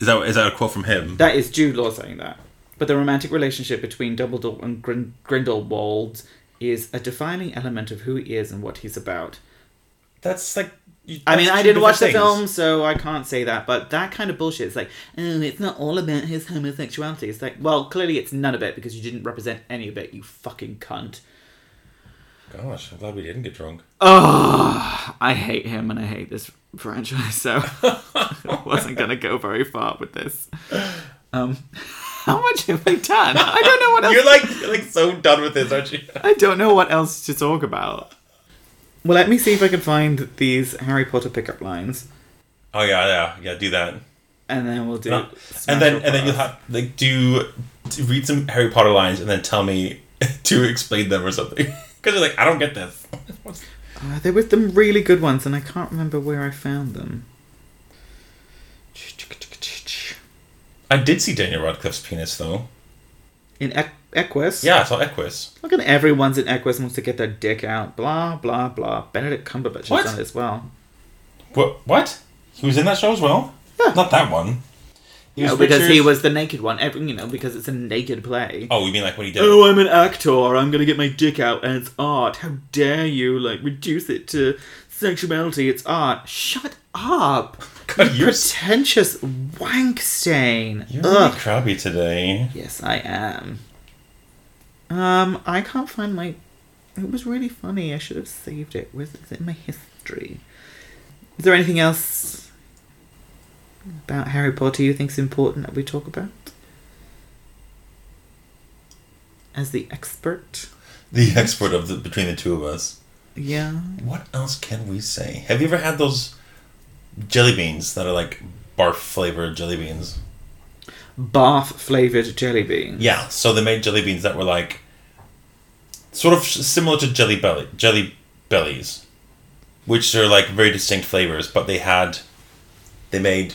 Is that is that a quote from him? That is Jude Law saying that. But the romantic relationship between Dumbledore and Grin- Grindelwald is a defining element of who he is and what he's about. That's like. You, I mean, that's I two didn't watch the different film, things. so I can't say that. But that kind of bullshit is like, oh, it's not all about his homosexuality. It's like, well, clearly it's none of it because you didn't represent any of it, you fucking cunt. Gosh, I'm glad we didn't get drunk. Oh, I hate him and I hate this franchise, so [LAUGHS] I wasn't going to go very far with this. Um, [LAUGHS] how much have we done? I don't know what else. You're like you're like so done with this, aren't you? I don't know what else to talk about. Well, let me see if I can find these Harry Potter pickup lines, [LAUGHS] Oh yeah, yeah, yeah. Do that, and then we'll do. and then and then you'll have like do, do read some Harry Potter lines, and then tell me [LAUGHS] to explain them or something. [LAUGHS] Because you're like, I don't get this. [LAUGHS] What's- Uh, there were some really good ones, and I can't remember where I found them. I did see Daniel Radcliffe's penis though. In Equ- Equus. Yeah, I saw Equus. Look at everyone's in Equus wants to get their dick out. Blah blah blah. Benedict Cumberbatch has What? done it as well. What? What? He was in that show as well. Yeah. Not that one. He No, because Richard- he was the naked one. Every, you know, because it's a naked play. Oh, you mean like what he did? Oh, I'm an actor. I'm gonna get my dick out, and it's art. How dare you, like, reduce it to sexuality? It's art. Shut up. God, you're s- Pretentious wank stain. you're really Uh-huh. Ugh. crabby today. Yes, I am. Um, I can't find my. It was really funny. I should have saved it. Where's is it in my history? Is there anything else about Harry Potter you think's important that we talk about? As the expert, The expert of the between the two of us. yeah. What else can we say? Have you ever had those jelly beans that are like barf flavored jelly beans? Bath flavored jelly bean. Yeah, so they made jelly beans that were like sort of similar to jelly belly jelly bellies, which are like very distinct flavors, but they had they made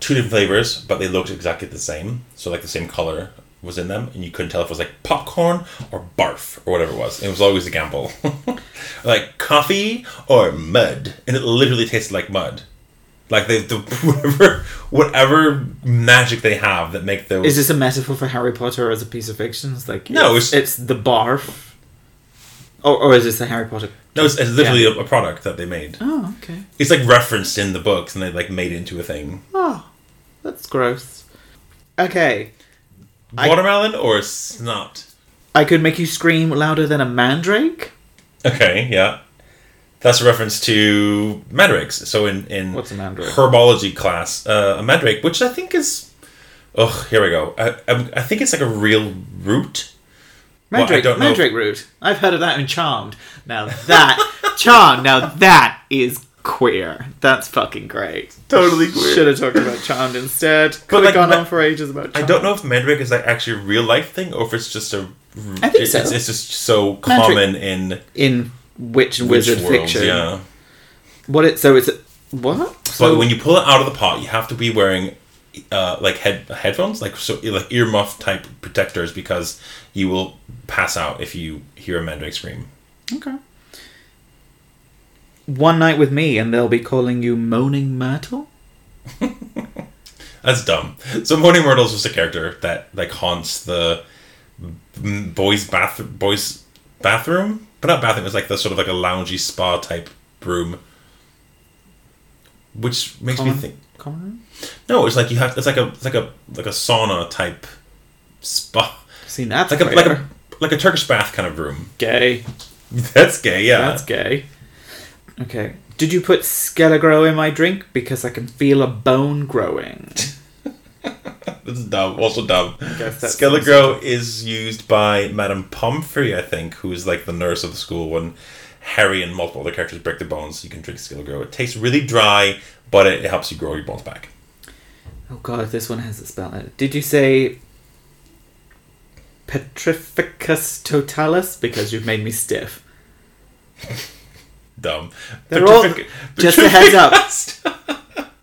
two different flavors, but they looked exactly the same. So like the same color was in them, and you couldn't tell if it was like popcorn or barf or whatever it was. It was always a gamble, [LAUGHS] like coffee or mud, and it literally tasted like mud. Like they, the [LAUGHS] whatever, whatever magic they have that make those. Is this a metaphor for Harry Potter as a piece of fiction? It's like No, it's, it's- it's the barf. Or, or is this a Harry Potter? No, it's, it's literally a, a product that they made. Oh, okay. It's like referenced in the books, and they like made it into a thing. Oh, that's gross. Okay, I- Watermelon or snot? I could make you scream louder than a mandrake. Okay, yeah, that's a reference to mandrakes. So in in What's a mandrake? Herbology class, uh, a mandrake, which I think is, oh, here we go. I, I, I think it's like a real root. Well, I Mandrake, don't know if- mandrake root. I've heard of that in Charmed. Now [LAUGHS] that Charmed. Now that is queer. That's fucking great. [LAUGHS] Totally queer. Should have talked about Charmed instead. Could have like, gone ma- on for ages about. I Charmed. don't know if mandrake is like actually a real life thing or if it's just a. I think it's, so. It's, it's just so Mandrake- common in in witch and wizard wizard worlds, fiction. yeah. What it? So it's a, what? So but when you pull it out of the pot, you have to be wearing uh, like head headphones, like so like earmuff type protectors, because you will pass out if you hear a mandrake scream. okay. One night with me, and they'll be calling you Moaning Myrtle. That's dumb. So Moaning Myrtle is just a character that like haunts the mm, boys' bath boys' bathroom, but not bathroom. It's like the sort of like a loungy spa type room, which makes me Common- think. common room? No, it's like you have. It's like a it's like a like a sauna type spa. See, that's like a like a like a Turkish bath kind of room. [LAUGHS] gay. That's gay, yeah. That's gay. Okay. Did you put Skelligrow in my drink? Because I can feel a bone growing. This is dumb. Also dumb. guess that's- Skelligrow is used by Madame Pomfrey, I think, who is like the nurse of the school when Harry and multiple other characters break their bones. You can drink Skelligrow. It tastes really dry, but it, it helps you grow your bones back. Oh god, this one has a spell in it. Did you say Petrificus totalis? Because you've made me stiff. Dumb. They're all- Petrific- just a heads up. petrificus-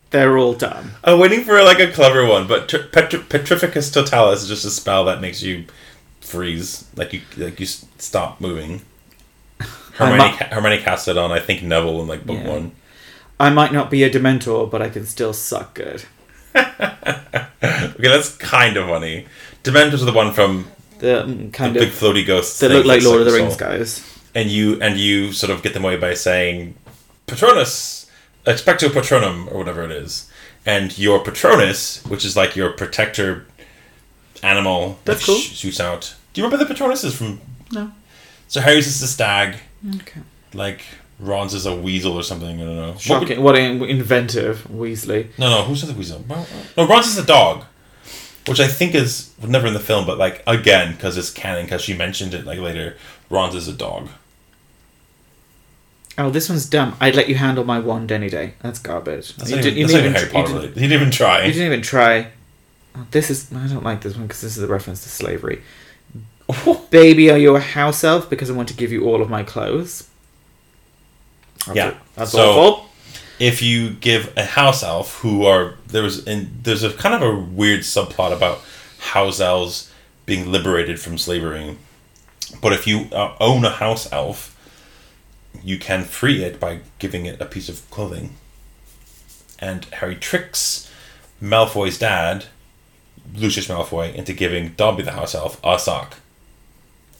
They're all dumb. I'm waiting for like a clever one, but tr- petri- Petrificus Totalis is just a spell that makes you freeze, like you like you s- stop [LAUGHS] moving. Hermione, might- ca- Hermione cast it on, I think Neville in like book Yeah. one. I might not be a Dementor, but I can still suck good. Okay, that's kind of funny. Dementors are the one from The mm, kind big of floaty ghosts. they thing look like that Lord of the sucks Rings soul. guys. And you and you sort of get them away by saying "P- Patronus, expecto patronum, or whatever it is, and your Patronus, which is like your protector animal That's that cool. shoots out. Do you remember the Patronuses from? No. So Harry's is the stag, Okay. like Ron's is a weasel or something. I don't know. What would- Shocking. What, an inventive Weasley. no, no. Who's the weasel? No, Ron's is the dog, which I think is was never in the film, but like again because it's canon because she mentioned it like later. Ron's is a dog. Oh, this one's dumb. I'd let you handle my wand any day. That's garbage. That's you not even, didn't- you that's not even didn't even Harry tr- you Potter. didn't- related. He didn't even try. you didn't even try. Oh, this is. I don't like this one because this is a reference to slavery. Baby, are you a house elf? Because I want to give you all of my clothes. That's Yeah. That's So- awful. if you give a house elf who are there was in there's a kind of a weird subplot about house elves being liberated from slavery but if you uh, own a house elf you can free it by giving it a piece of clothing and harry tricks malfoy's dad lucius malfoy into giving dobby the house elf a sock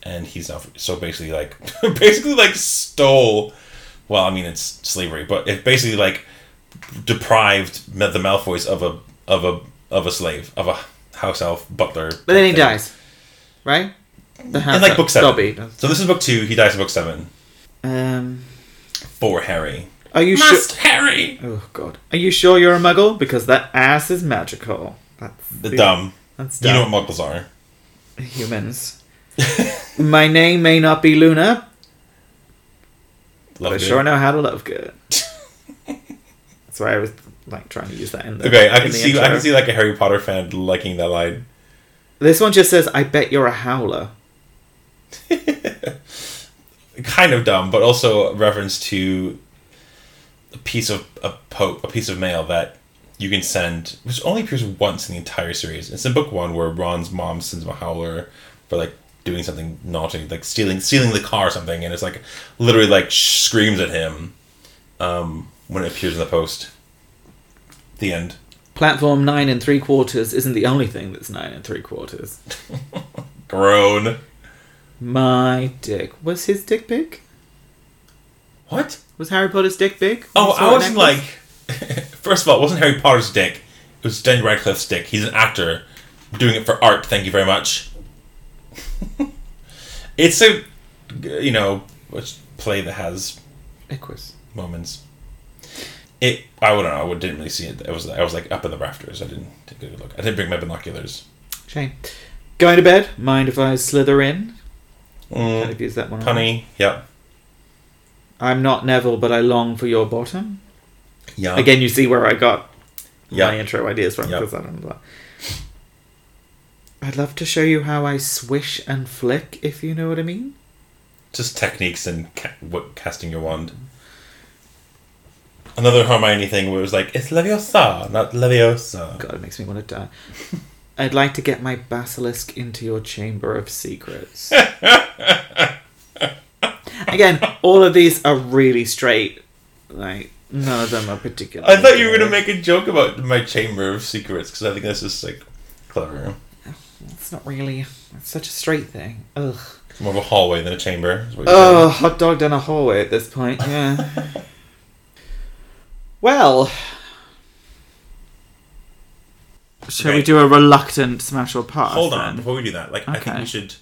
and he's now so basically like [LAUGHS] basically like stole well, I mean it's slavery, but it basically like deprived Ma- the Malfoys of a of a of a slave of a house elf butler. But then he thing. dies, right? The house in like elf, book seven. Dobby. So this is book two. He dies in book seven Um, for Harry. are you sure? Must Harry Oh God, are you sure you're a muggle? Because that ass is magical. That's the dumb. That's You dumb. know what muggles are. humans. [LAUGHS] My name may not be Luna, Love but I it. sure know how to love good. [LAUGHS] That's why I was like trying to use that in the Okay, I in can the see I intro. can see like a Harry Potter fan liking that line. This one just says, "I bet you're a howler." Kind of dumb, but also a reference to a piece of a po a piece of mail that you can send, which only appears once in the entire series. It's in book one where Ron's mom sends him a howler for like doing something naughty, like stealing stealing the car or something, and it's like literally like sh- screams at him um, when it appears in the post. The end. Platform nine and three quarters isn't the only thing that's nine and three quarters. Groan. My dick was his dick big. What? Was Harry Potter's dick big? Oh, Sort of I wasn't like. [LAUGHS] necklace? First of all, it wasn't Harry Potter's dick. It was Daniel Radcliffe's dick. He's an actor, doing it for art. Thank you very much. it's a, you know, a play that has Equus. moments. It. I don't know. I didn't really see it. It was. I was like up in the rafters. I didn't take a good look. I didn't bring my binoculars. Shame. Going to bed. Mind if I slither in? Kind Mm, of use that one. already. punny. Yep. I'm not Neville, but I long for your bottom. Yeah. Again, you see where I got Yeah. my intro ideas from Yeah. because I don't know. I'd love to show you how I swish and flick, if you know what I mean. Just techniques and ca- what, casting your wand. Another Hermione thing where it was like, it's Leviosa, not Leviosa. God, it makes me want to die. [LAUGHS] I'd like to get my basilisk into your chamber of secrets. [LAUGHS] Again, all of these are really straight. Like none of them are particular. I thought you were going to make a joke about my Chamber of Secrets because I think that's just like clever. It's not really. It's such a straight thing. Ugh. It's more of a hallway than a chamber. is what you're Oh, hot dog down a hallway at this point, [LAUGHS] yeah. well. Shall we Okay. do a reluctant smash or pass? saying. Hold on, then? before we do that, like I think Okay. we should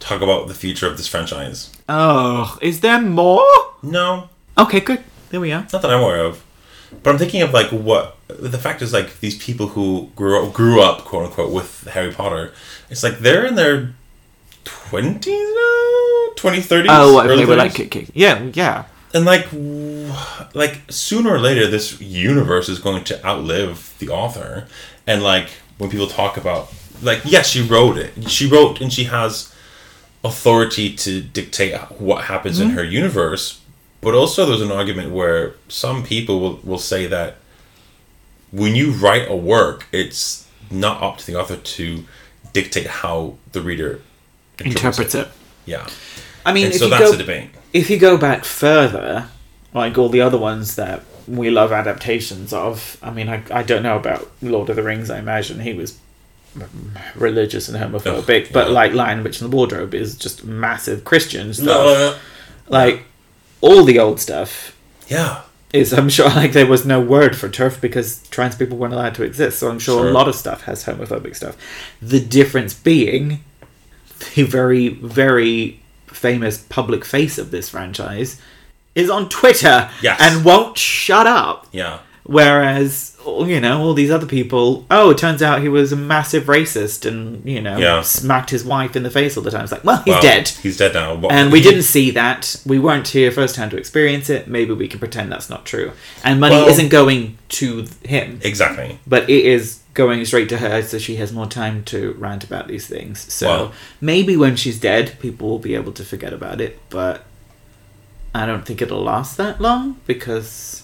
talk about the future of this franchise. Oh, is there more? No, Okay, good. There we are. not that I'm aware of, but I'm thinking of like what the fact is like these people who grew up, grew up quote unquote with Harry Potter. It's like they're in their twenties now, twenty thirties. Oh, okay, we're like kick, kick. Yeah, yeah. and like w- like sooner or later this universe is going to outlive the author and like when people talk about like yes she wrote it she wrote and she has authority to dictate what happens Mm-hmm. in her universe but also there's an argument where some people will, will say that when you write a work it's not up to the author to dictate how the reader Interprets it. yeah I mean, and if so you that's go, a debate if you go back further, like all the other ones that we love adaptations of, I mean, I, I don't know about Lord of the Rings. I imagine he was religious and homophobic, Ugh, but yeah. like Lion, Witch, and the Wardrobe is just uh, massive Christian stuff. Like all the old stuff yeah is I'm sure [LAUGHS] like there was no word for turf because trans people weren't allowed to exist. So I'm sure, Sure. a lot of stuff has homophobic stuff. The difference being the very very famous public face of this franchise is on Twitter Yes. and won't shut up. Yeah. Whereas, you know, all these other people, oh, it turns out he was a massive racist and, you know, Yeah. smacked his wife in the face all the time. It's like, well, he's Well, dead. He's dead now. What- And we didn't see that. We weren't here firsthand to experience it. Maybe we can pretend that's not true. And money Well- isn't going to him, [LAUGHS] Exactly. but it is going straight to her so she has more time to rant about these things. So Well- maybe when she's dead, people will be able to forget about it, but I don't think it'll last that long because.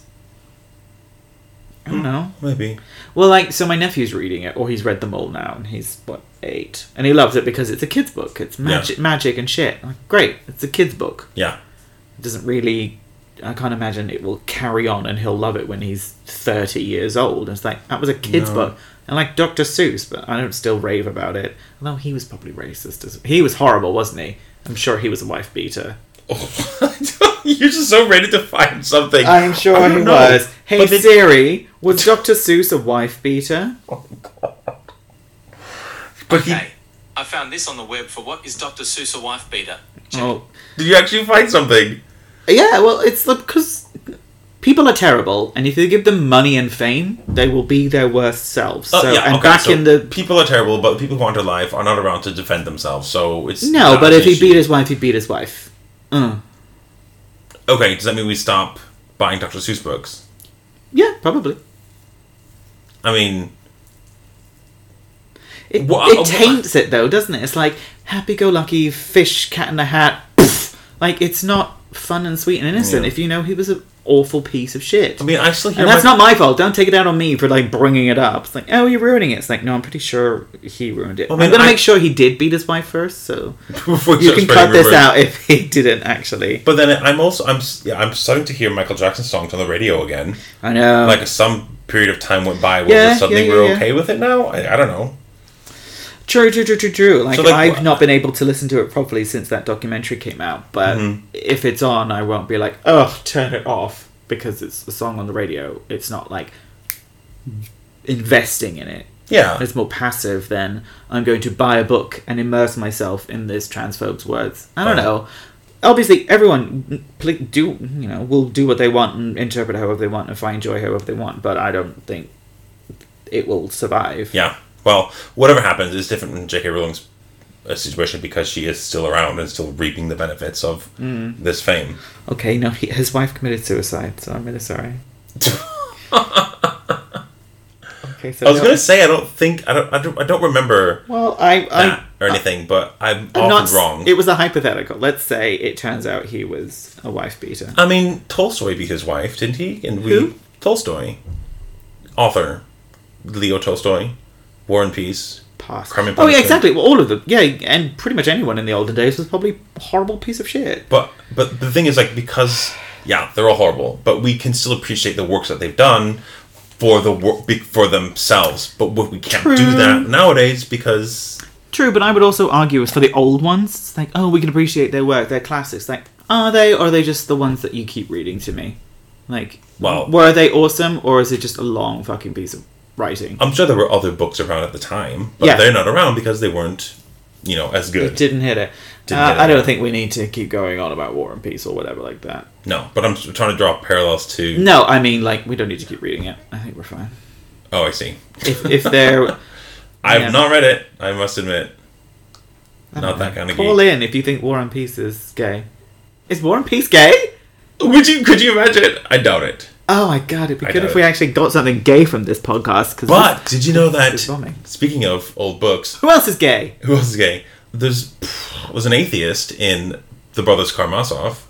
I don't know. Maybe. Well, like, so my nephew's reading it, or he's read them all now, and he's, what, eight? And he loves it because it's a kid's book. It's magic, magic and shit. I'm Like, great, it's a kid's book. Yeah. [LAUGHS] It doesn't really, I can't imagine it will carry on and he'll love it when he's 30 years old. It's like, that was a kid's No. book. And like Dr. Seuss, but I don't still rave about it. Although he was probably racist. As, he was horrible, wasn't he? I'm sure he was a wife beater. Oh, you're just so ready to find something. I don't know. Hey But the- Siri, was Dr. Seuss a wife beater? But Okay, I found this on the web for what is Dr. Seuss a wife beater? Oh, he, did you actually find something? Yeah, well, it's because people are terrible, and if you give them money and fame, they will be their worst selves. Oh, so, yeah, and okay, back so in the people are terrible, but the people who aren't alive are not around to defend themselves. So it's no, not but an if he issue. beat his wife, he beat his wife. Mm. okay, does that mean we stop buying Dr. Seuss books? Yeah, probably. I mean, It, Wha- it wha- taints it though, doesn't it? It's like happy-go-lucky fish, cat in a hat. poof. Like it's not fun and sweet and innocent Yeah. Um, if you know he was an awful piece of shit. I mean, I still hear and that's my- not my fault. Don't take it out on me for like bringing it up. It's like, oh, you're ruining it. It's like, no, I'm pretty sure he ruined it. Well, I mean, I'm gonna I- make sure he did beat his wife first, so [LAUGHS] before you can start spreading cut this rumors. out if he didn't actually. But then I'm also I'm s- yeah I'm starting to hear Michael Jackson songs on the radio again. I know. Like some period of time went by where Um, Yeah, we're suddenly yeah, yeah, we're yeah. okay with it now. I, I don't know. true, true, true, true, true. Like, So, like, I've wha- not been able to listen to it properly since that documentary came out. But Mm-hmm. if it's on, I won't be like, oh, turn it off because it's a song on the radio. It's not like investing in it. Yeah, It's more passive than I'm going to buy a book and immerse myself in this transphobe's words. I don't Right. know. Obviously, everyone pl- do you know will do what they want and interpret however they want and find joy however they want. But I don't think it will survive. yeah. Well, whatever happens is different in J.K. Rowling's uh, situation because she is still around and still reaping the benefits of Mm. this fame. Okay, no, he, his wife committed suicide, so I'm really [LAUGHS] sorry. okay, so I was no- gonna say I don't think I don't I don't, I don't remember Well, I, I that or anything, but I'm, I'm often not s- wrong. It was a hypothetical. Let's say it turns out he was a wife beater. I mean, Tolstoy beat his wife, didn't he? And we Who? Tolstoy, author Leo Tolstoy, War and Peace. past. Crime and oh yeah, punishment. exactly. Well, all of them. Yeah, and pretty much anyone in the olden days was probably a horrible piece of shit. But but the thing is, like, because yeah, they're all horrible, but we can still appreciate the works that they've done for the work for themselves. But we we can't do True. that nowadays because True, but I would also argue as for the old ones, it's like, oh, we can appreciate their work, their classics. Like, are they, or are they just the ones that you keep reading to me? Like, Well- were they awesome, or is it just a long fucking piece of writing? I'm sure there were other books around at the time, but Yeah. they're not around because they weren't, you know, as It good. didn't hit it. Didn't Uh, hit it. I don't think we need to keep going on about War and Peace or whatever like that. No, but I'm trying to draw parallels to. No, I mean, like, we don't need to keep reading it. I think we're fine. Oh, I see. If, [LAUGHS] if they're. I've Yeah. not read it. I must admit. I don't Not that kinda Call in if you think War and Peace is gay. Is War and Peace gay? Would you? Could you imagine? I doubt it. Oh my god, it'd be I good know if we it. actually got something gay from this podcast. Cause But did you know that? it's [LAUGHS] bombing. Speaking of old books, who else is gay? who else is gay? There's was an atheist in The Brothers Karamazov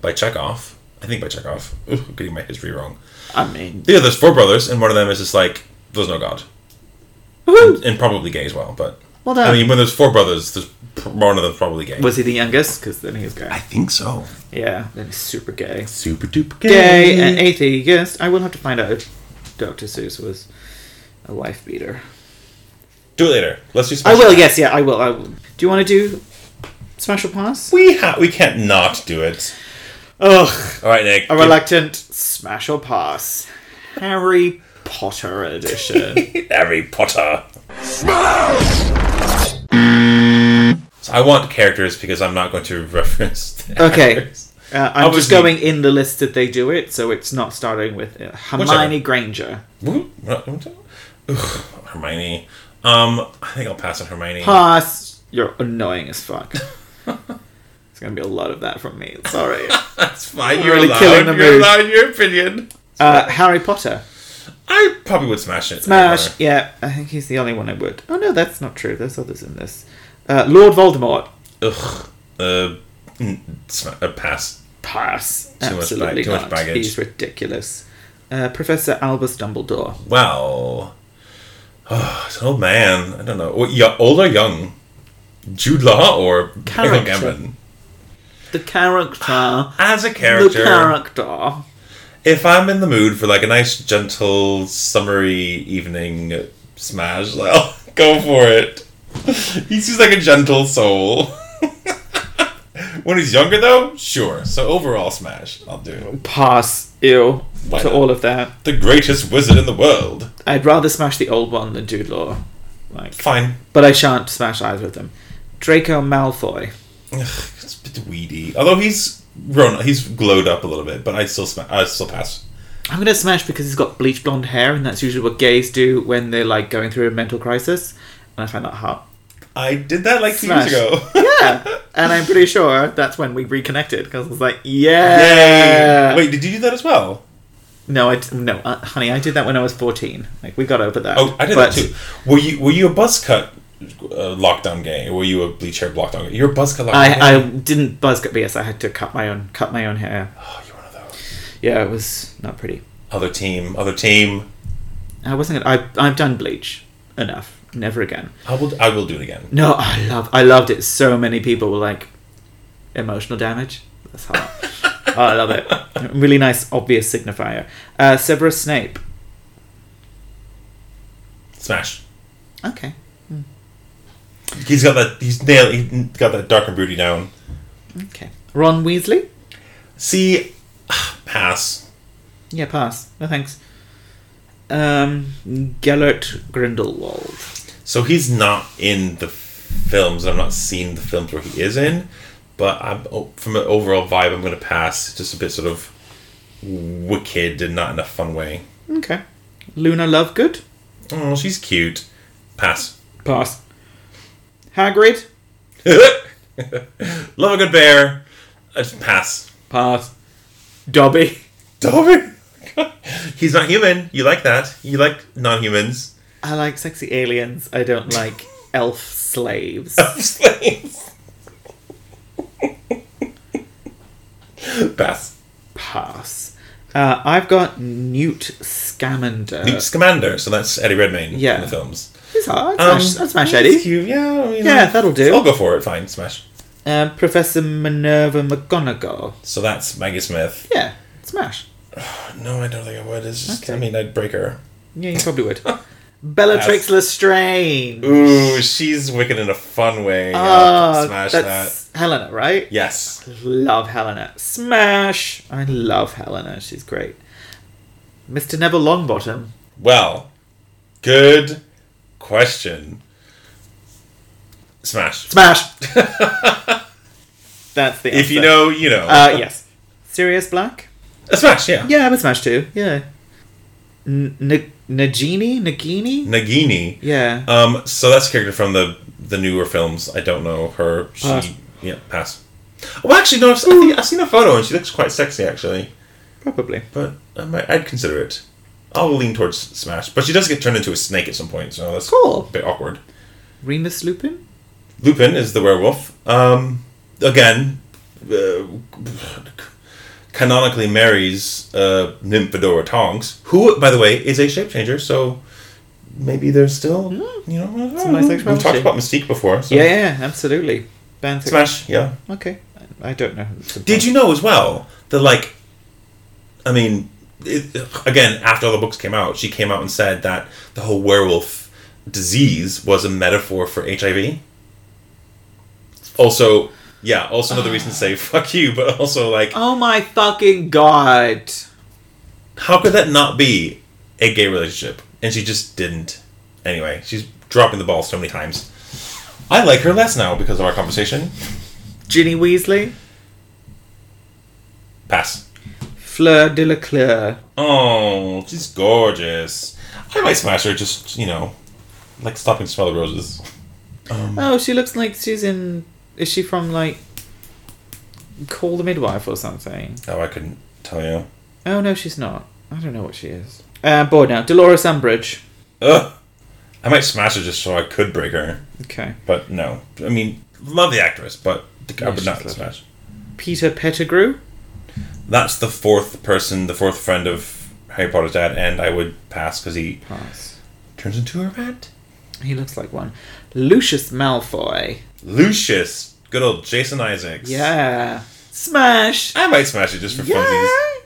by Chekhov. I think by Chekhov. Ooh, I'm getting my history wrong. I mean, Yeah, there's four brothers, and one of them is just like there's no god, woohoo! and probably gay as well. But Well done. I mean, when there's four brothers, there's pr- one of them's probably gay. was he the youngest? Because then he was gay. I think so. Yeah, then he's super gay. Super duper Gay and atheist. I will have to find out if Dr. Seuss was a wife beater. do it later. Let's do. I Special will, Pass. yes, yeah, I will. I will. Do you want to do Special Pass? We ha- we can't not do it. Ugh. All right, Nick. A give- reluctant smash or pass. Harry Potter [LAUGHS] edition. [LAUGHS] Harry Potter. So I want characters because I'm not going to reference. The [LAUGHS] Okay. actors. Uh, I'm just Obviously- going in the list that they do it, so it's not starting with uh, Hermione Granger. Woo, what- what- Ugh, Hermione. Um, I think I'll pass on Hermione. Pass. You're annoying as [LAUGHS] fuck. It's gonna be a lot of that from [LAUGHS] me. Sorry. That's fine. You're You're really allowed. killing the you're mood. allowed your opinion. Uh, Harry Potter. I probably would smash it. Smash. Yeah, I think he's the only one I would. Oh no, that's not true. There's others in this. Uh, Lord Voldemort. Ugh. Uh, mm, sma- uh, pass. Pass. Too much Absolutely bag- too much not. baggage. He's ridiculous. Uh, Professor Albus Dumbledore. Well, [SIGHS] oh, it's an old man. I don't know. Well, yeah, old or young? Jude Law or Michael Character. Gambon? The [SIGHS] character. As a The character. if I'm in the mood for like a nice, gentle, summery evening smash, [LAUGHS] I'll go for it. He's just like a gentle soul. [LAUGHS] when he's younger, though, sure. So overall, smash. I'll do. Pass. Ew. Why to not? all of that. The greatest wizard in the world. I'd rather smash the old one than Jude Law. Like, Fine. but I shan't smash eyes with him. Draco Malfoy. Ugh, it's a bit weedy. Although he's grown, he's glowed up a little bit, but I still smash. I still pass. I'm gonna smash because he's got bleach blonde hair, and that's usually what gays do when they're like going through a mental crisis. And I find that [LAUGHS] hot. I did that like two Smash. years ago. [LAUGHS] Yeah, and I'm pretty sure that's when we reconnected because I was like, Yay! yeah. Wait, did you do that as well? No, I d- no, uh, honey, I did that when I was 14. Like we got over that. Oh, I did But that too. Were you were you a buzz cut uh, lockdown gay? Were you a bleach hair lockdown gay? You're a buzz cut lockdown gay. I, I didn't buzz cut BS. I had to cut my own cut my own hair. Oh, you're one of those. Yeah, it was not pretty. Other team, other team. I wasn't. Gonna, I I've done bleach enough. Never again. I will I will do it again. No, I love. I loved it. So many people were like, emotional damage. That's [LAUGHS] hot. oh, I love it. Really nice, obvious signifier. Uh, Severus Snape. Smash. Okay. He's got that. He's nailed. He got that dark and broody down. Okay. Ron Weasley. See, ah, pass. Yeah, pass. No thanks. Um, Gellert Grindelwald. So he's not in the films. I'm not seeing the films where he is in. But I'm oh, from an overall vibe, I'm going to pass. Just a bit sort of wicked and not in a fun way. Okay. Luna Lovegood. Oh, she's cute. Pass. Pass. Hagrid. [LAUGHS] Love a good bear. I just pass. Pass. Dobby. Dobby. [LAUGHS] He's not human. You like that. You like [LAUGHS] non-humans. I like sexy aliens. I don't [LAUGHS] like elf slaves. Slaves. [LAUGHS] pass. Pass. Uh, I've got Newt Scamander. Newt Scamander. So that's Eddie Redmayne Uh, Yeah. in the films. Um, He's hard. Smash, I'd smash Eddie. Cute. Yeah. you Yeah, that'll do. I'll go for it. Fine. Smash. Uh, Professor Minerva McGonagall. So that's Maggie Smith. Yeah, smash. No, I don't think I would. It's just. I Okay. mean, I'd break her. Yeah, you probably [LAUGHS] would. Bellatrix Pass. Lestrange. Ooh, she's wicked in a fun way. Ah, Yeah, smash that. that's Helena, right? Yes. Love Helena. Smash. I love Helena. She's great. Mr. Neville Longbottom. Well, good question. Smash. [LAUGHS] Smash. that's the. If you answer. know, you know. Uh, yes. Sirius Black. A smash, yeah. Yeah, I would smash too. Yeah. N- N- Nagini? Nagini? Nagini. Yeah. Um, so that's a character from the the newer films. I don't know her. She Pass. yeah, pass. Well, actually, no. I've, I think, I've seen a photo and she looks quite sexy, actually. Probably. But um, I might, I'd consider it. I'll lean towards smash. But she does get turned into a snake at some point, so that's Cool. a bit awkward. Remus Lupin? Lupin is the werewolf. Um, again, uh, canonically marries uh, Nymphadora Tongs, who, by the way, is a shape changer. So maybe there's still, you know, I Mm. don't nice know. we've sexuality. talked about Mystique before. So. Yeah, yeah, absolutely. Band Smash. Yeah. Okay. I I don't know. Did you know as well that like, I mean, it, again, after all the books came out, she came out and said that the whole werewolf disease was a metaphor for HIV. Also, Yeah, also another reason to say fuck you, but also like, Oh my fucking god. how could that not be a gay relationship? And she just didn't. Anyway, she's dropping the ball so many times. I like her less now because of our conversation. Ginny Weasley, Pass. Fleur de la Claire. Oh, she's gorgeous. I might smash her just, you know, like stopping to smell the roses. Oh, she looks like she's in. Is she from like Call the Midwife or something? Oh, I couldn't tell you. Oh no, she's not. I don't know what she is. Uh, I'm bored now. Dolores Umbridge. Ugh. I might smash her just so I could break her, Okay. but no. I mean, love the actress, but I would she's not lovely. smash. Peter Pettigrew. That's the fourth person, the fourth friend of Harry Potter's dad, and I would pass because he Pass. turns into a rat. He looks like one. Lucius Malfoy. Lucius, good old Jason Isaacs. Yeah. Smash. I might smash it just for Yeah. funsies.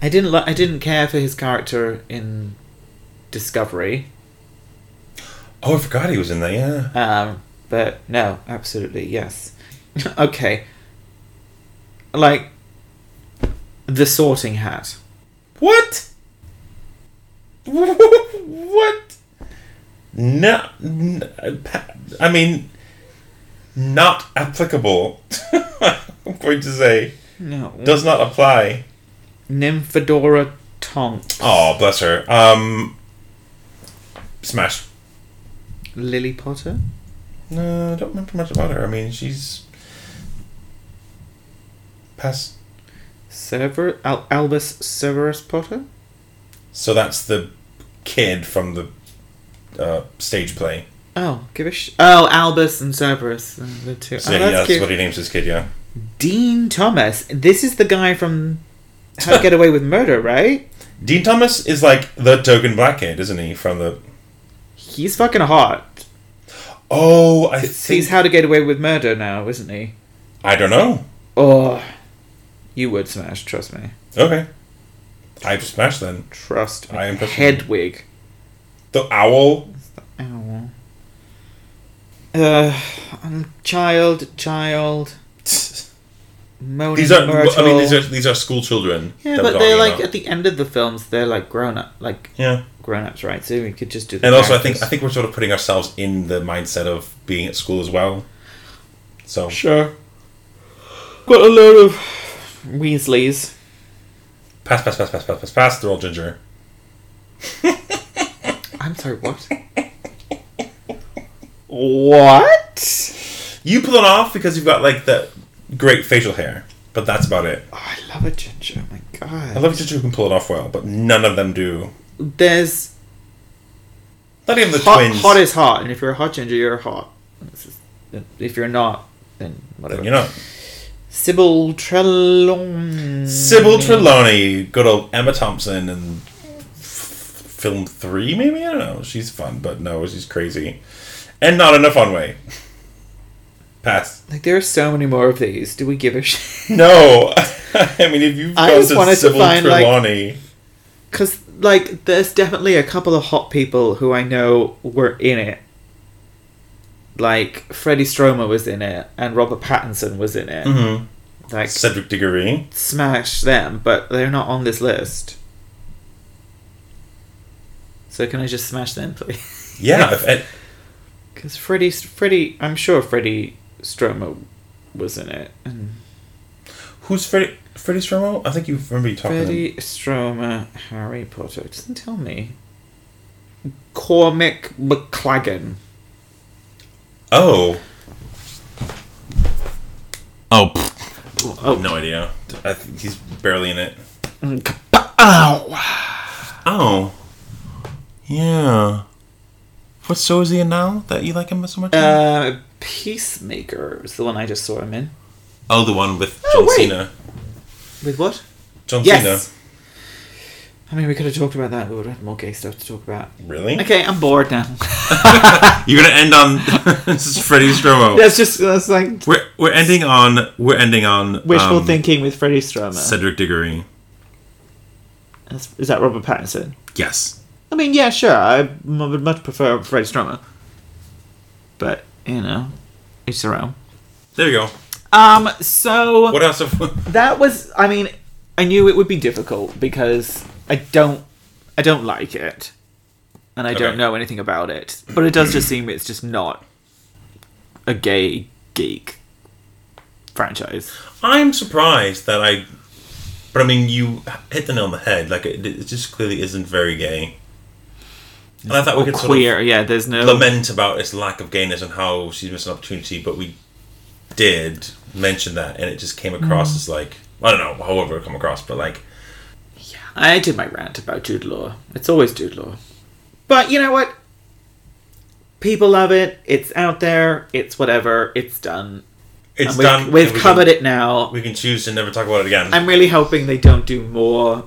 I didn't. Li- I didn't care for his character in Discovery. Oh, I forgot he was in there, yeah. Um, but no, absolutely, yes. [LAUGHS] okay. Like, the sorting hat. What? [LAUGHS] what? No, n- I mean, not applicable. [LAUGHS] I'm going to say No. does not apply. Nymphadora Tonks. Oh, bless her. Um, smash. Lily Potter? No, I don't remember much about her. I mean, she's pass. Server? Al- Albus Severus Potter? So that's the kid from the uh, stage play. Oh, give a sh- Oh, Albus and Cerberus. uh, The two. So oh, yeah, that's that's cute. what he names his kid. Yeah. Dean Thomas. This is the guy from How to Get Away with Murder, right? Dean Thomas is like the token black kid, isn't he? From the He's fucking hot. oh, I think He's How to Get Away with Murder now, isn't he? I don't know. Oh, you would smash. Trust me. Okay, I've smashed then Trust me. I am trusting you. Hedwig. the owl. Ow. Oh, Uh, um, child, child, Mona These are Myrtle. I mean these are these are school children. yeah, that but we're they're talking like about. at the end of the films, they're like grown up, like yeah. grown ups, right? So we could just do. The And also, I think I characters. think we're sort of putting ourselves in the mindset of being at school as well. So sure. Got a load of Weasleys. pass, pass, pass, pass, pass, pass, pass. They're all ginger. I'm sorry. What? what? You pull it off because you've got like the great facial hair, but that's about it. Oh, I love a ginger. Oh my god. I love ginger who can pull it off well, but none of them do. There's Not even the hot, twins. hot is hot, and if you're a hot ginger, you're hot. This is- If you're not, then whatever. you know. Sybil Trelawney. Sybil Trelawney, good old Emma Thompson, and film three, maybe I don't know. She's fun, but no, she's crazy, and not in a fun way. Pass. Like there are so many more of these. Do we give a shit? [LAUGHS] No, [LAUGHS] I mean if you've I gone just wanted to to Sybil find, like- Trelawney, Because like there's definitely a couple of hot people who I know were in it. Like Freddie Stromer was in it, and Robert Pattinson was in it. Mhm. Like Cedric Diggory, smash them, but they're not on this list. So can I just smash them, please? yeah, if, and, Because Freddie, Freddie, I'm sure Freddie Stromer was in it, and who's Freddie? Freddie Stromo? I think you remember you talking. to him. Freddie Stromer, Harry Potter. It doesn't tell me. Cormac McLagan. Oh, oh, pfft, Oh, no idea. I think he's barely in it. Ow. Oh. Yeah. What show is he in now that you like him so much? Uh, Peacemaker is the one I just saw him in. oh, the one with oh, John wait. Cena. With what? John Yes. I mean, we could have talked about that. We would have had more gay stuff to talk about. Cena. Really? Okay, I'm bored now. You're gonna end on [LAUGHS] this is Freddie Stromo. that's just that's like We're we're ending on we're ending on wishful um, thinking with Freddie Stromer. Cedric Diggory. That's- is that Robert Pattinson? Yes. I mean, yeah, sure. I m- would much prefer Fred Strummer. But, you know, it's around. There you go. Um, so What else? [LAUGHS] Have, that was i mean i knew it would be difficult because i don't i don't like it and i don't Okay. know anything about it but it does just seem it's just not a gay geek franchise I'm surprised that I. But I mean, you hit the nail on the head. Like it, it just clearly isn't very gay. And I thought we or could queer sort yeah there's no of lament about its lack of gayness and how she's missed an opportunity, but we did mention that, and it just came across Mm. as like I don't know, however it come across, but like i did my rant about jude law it's always jude law but you know what people love it it's out there it's whatever it's done it's And we've, done. we've and we covered can, it now We can choose to never talk about it again. I'm really hoping they don't do more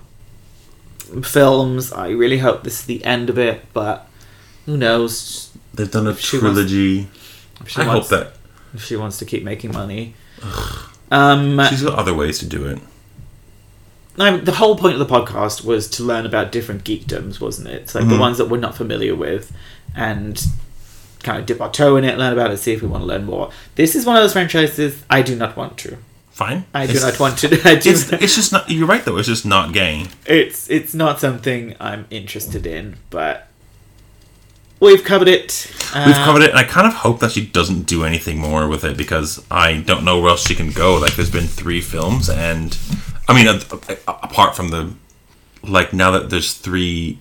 films. I really hope this is the end of it, but who knows? They've done a she wants- trilogy. If she I hope wants, that if she wants to keep making money. Um, she's got other ways to do it. I- the whole point of the podcast was to learn about different geekdoms, wasn't it? It's like Mm-hmm. the ones that we're not familiar with, and kind of dip our toe in it, learn about it, see if we want to learn more. This is one of those franchises I do not want to. Fine. I do It's- not want to. [LAUGHS] I do It's, it's just not. You're right though. It's just not gay. it's it's not something I'm interested in, but we've covered it. Uh, We've covered it, and I kind of hope that she doesn't do anything more with it because I don't know where else she can go. Like, there's been three films, and I mean, a- a- apart from the like, now that there's three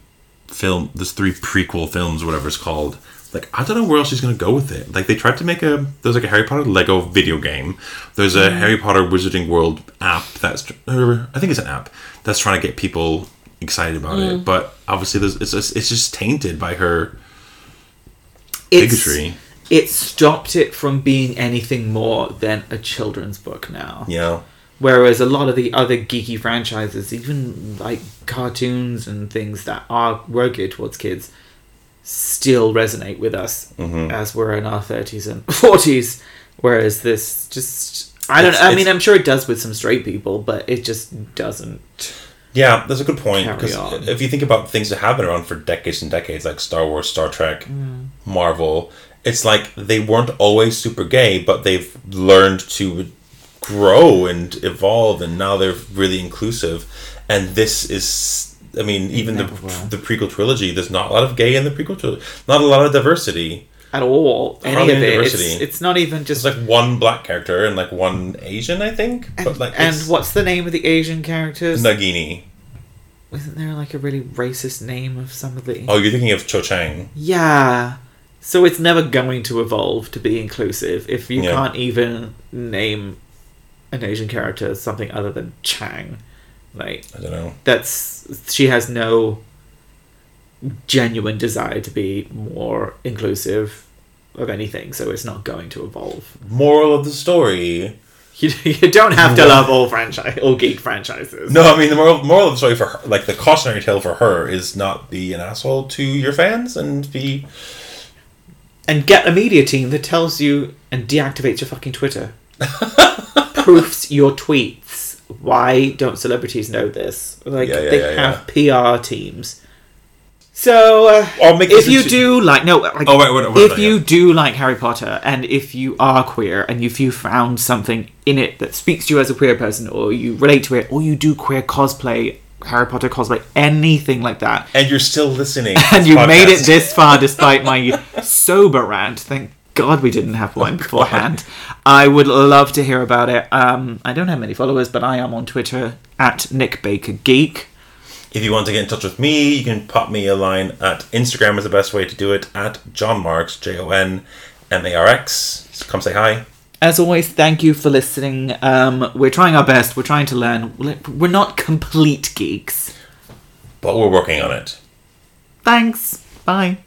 film, there's three prequel films, or whatever it's called. Like, I don't know where else she's gonna go with it. Like, they tried to make a there's like a Harry Potter Lego video game. There's a Harry Potter Wizarding World app that's tr- or I think it's an app that's trying to get people excited about Mm. it, but obviously there's it's just, it's just tainted by her Uh, it's- bigotry. It stopped it from being anything more than a children's book now. Yeah. Whereas a lot of the other geeky franchises, even like cartoons and things that are were geared towards kids, still resonate with us Mm-hmm. as we're in our thirties and [LAUGHS] forties. Whereas this just. I don't. It's- I it's- mean, I'm sure it does with some straight people, but it just doesn't. Yeah, that's a good point. Carry Because on. if you think about things that have been around for decades and decades, like Star Wars, Star Trek, Mm. Marvel, it's like they weren't always super gay, but they've learned to grow and evolve, and now they're really inclusive. And this is, I mean, even the never will. the prequel trilogy, there's not a lot of gay in the prequel trilogy, not a lot of diversity. at all any Harlem of it. It's, University. it's not even just There's like one black character and like one Asian, I think, but like and it's what's the name of the Asian characters? Nagini. Isn't there like a really racist name of some of the? Oh, you're thinking of Cho Chang. Yeah. So it's never going to evolve to be inclusive if you Yeah. can't even name an Asian character as something other than Chang. Like I don't know. that's she has no genuine desire to be more inclusive of anything, so it's not going to evolve. [LAUGHS] Moral of the story You, you don't have to love all franchise, all geek franchises. No, I mean the moral, moral of the story for her, like the cautionary tale for her is not be an asshole to your fans and be and get a media team that tells you and deactivates your fucking Twitter. [LAUGHS] Proofs your tweets. Why don't celebrities know this? Like Yeah, yeah, they yeah, have PR teams. So uh, Or make if this you into- do like no, like, Oh, wait, wait, wait, if wait, you yeah. do like Harry Potter and if you are queer and if you found something in it that speaks to you as a queer person or you relate to it or you do queer cosplay, Harry Potter cosplay, anything like that, and you're still listening. to [LAUGHS] and this you made podcast. it this far despite my sober rant. Thank God we didn't have one beforehand. [LAUGHS] I would love to hear about it. Um, I don't have many followers, but I am on Twitter at Nick Baker Geek. If you want to get in touch with me, you can pop me a line at Instagram is the best way to do it at John Marks J O N M A R X. So come say hi. As always, thank you for listening. Um, we're trying our best. We're trying to learn. We're not complete geeks. But we're working on it. Thanks. Bye.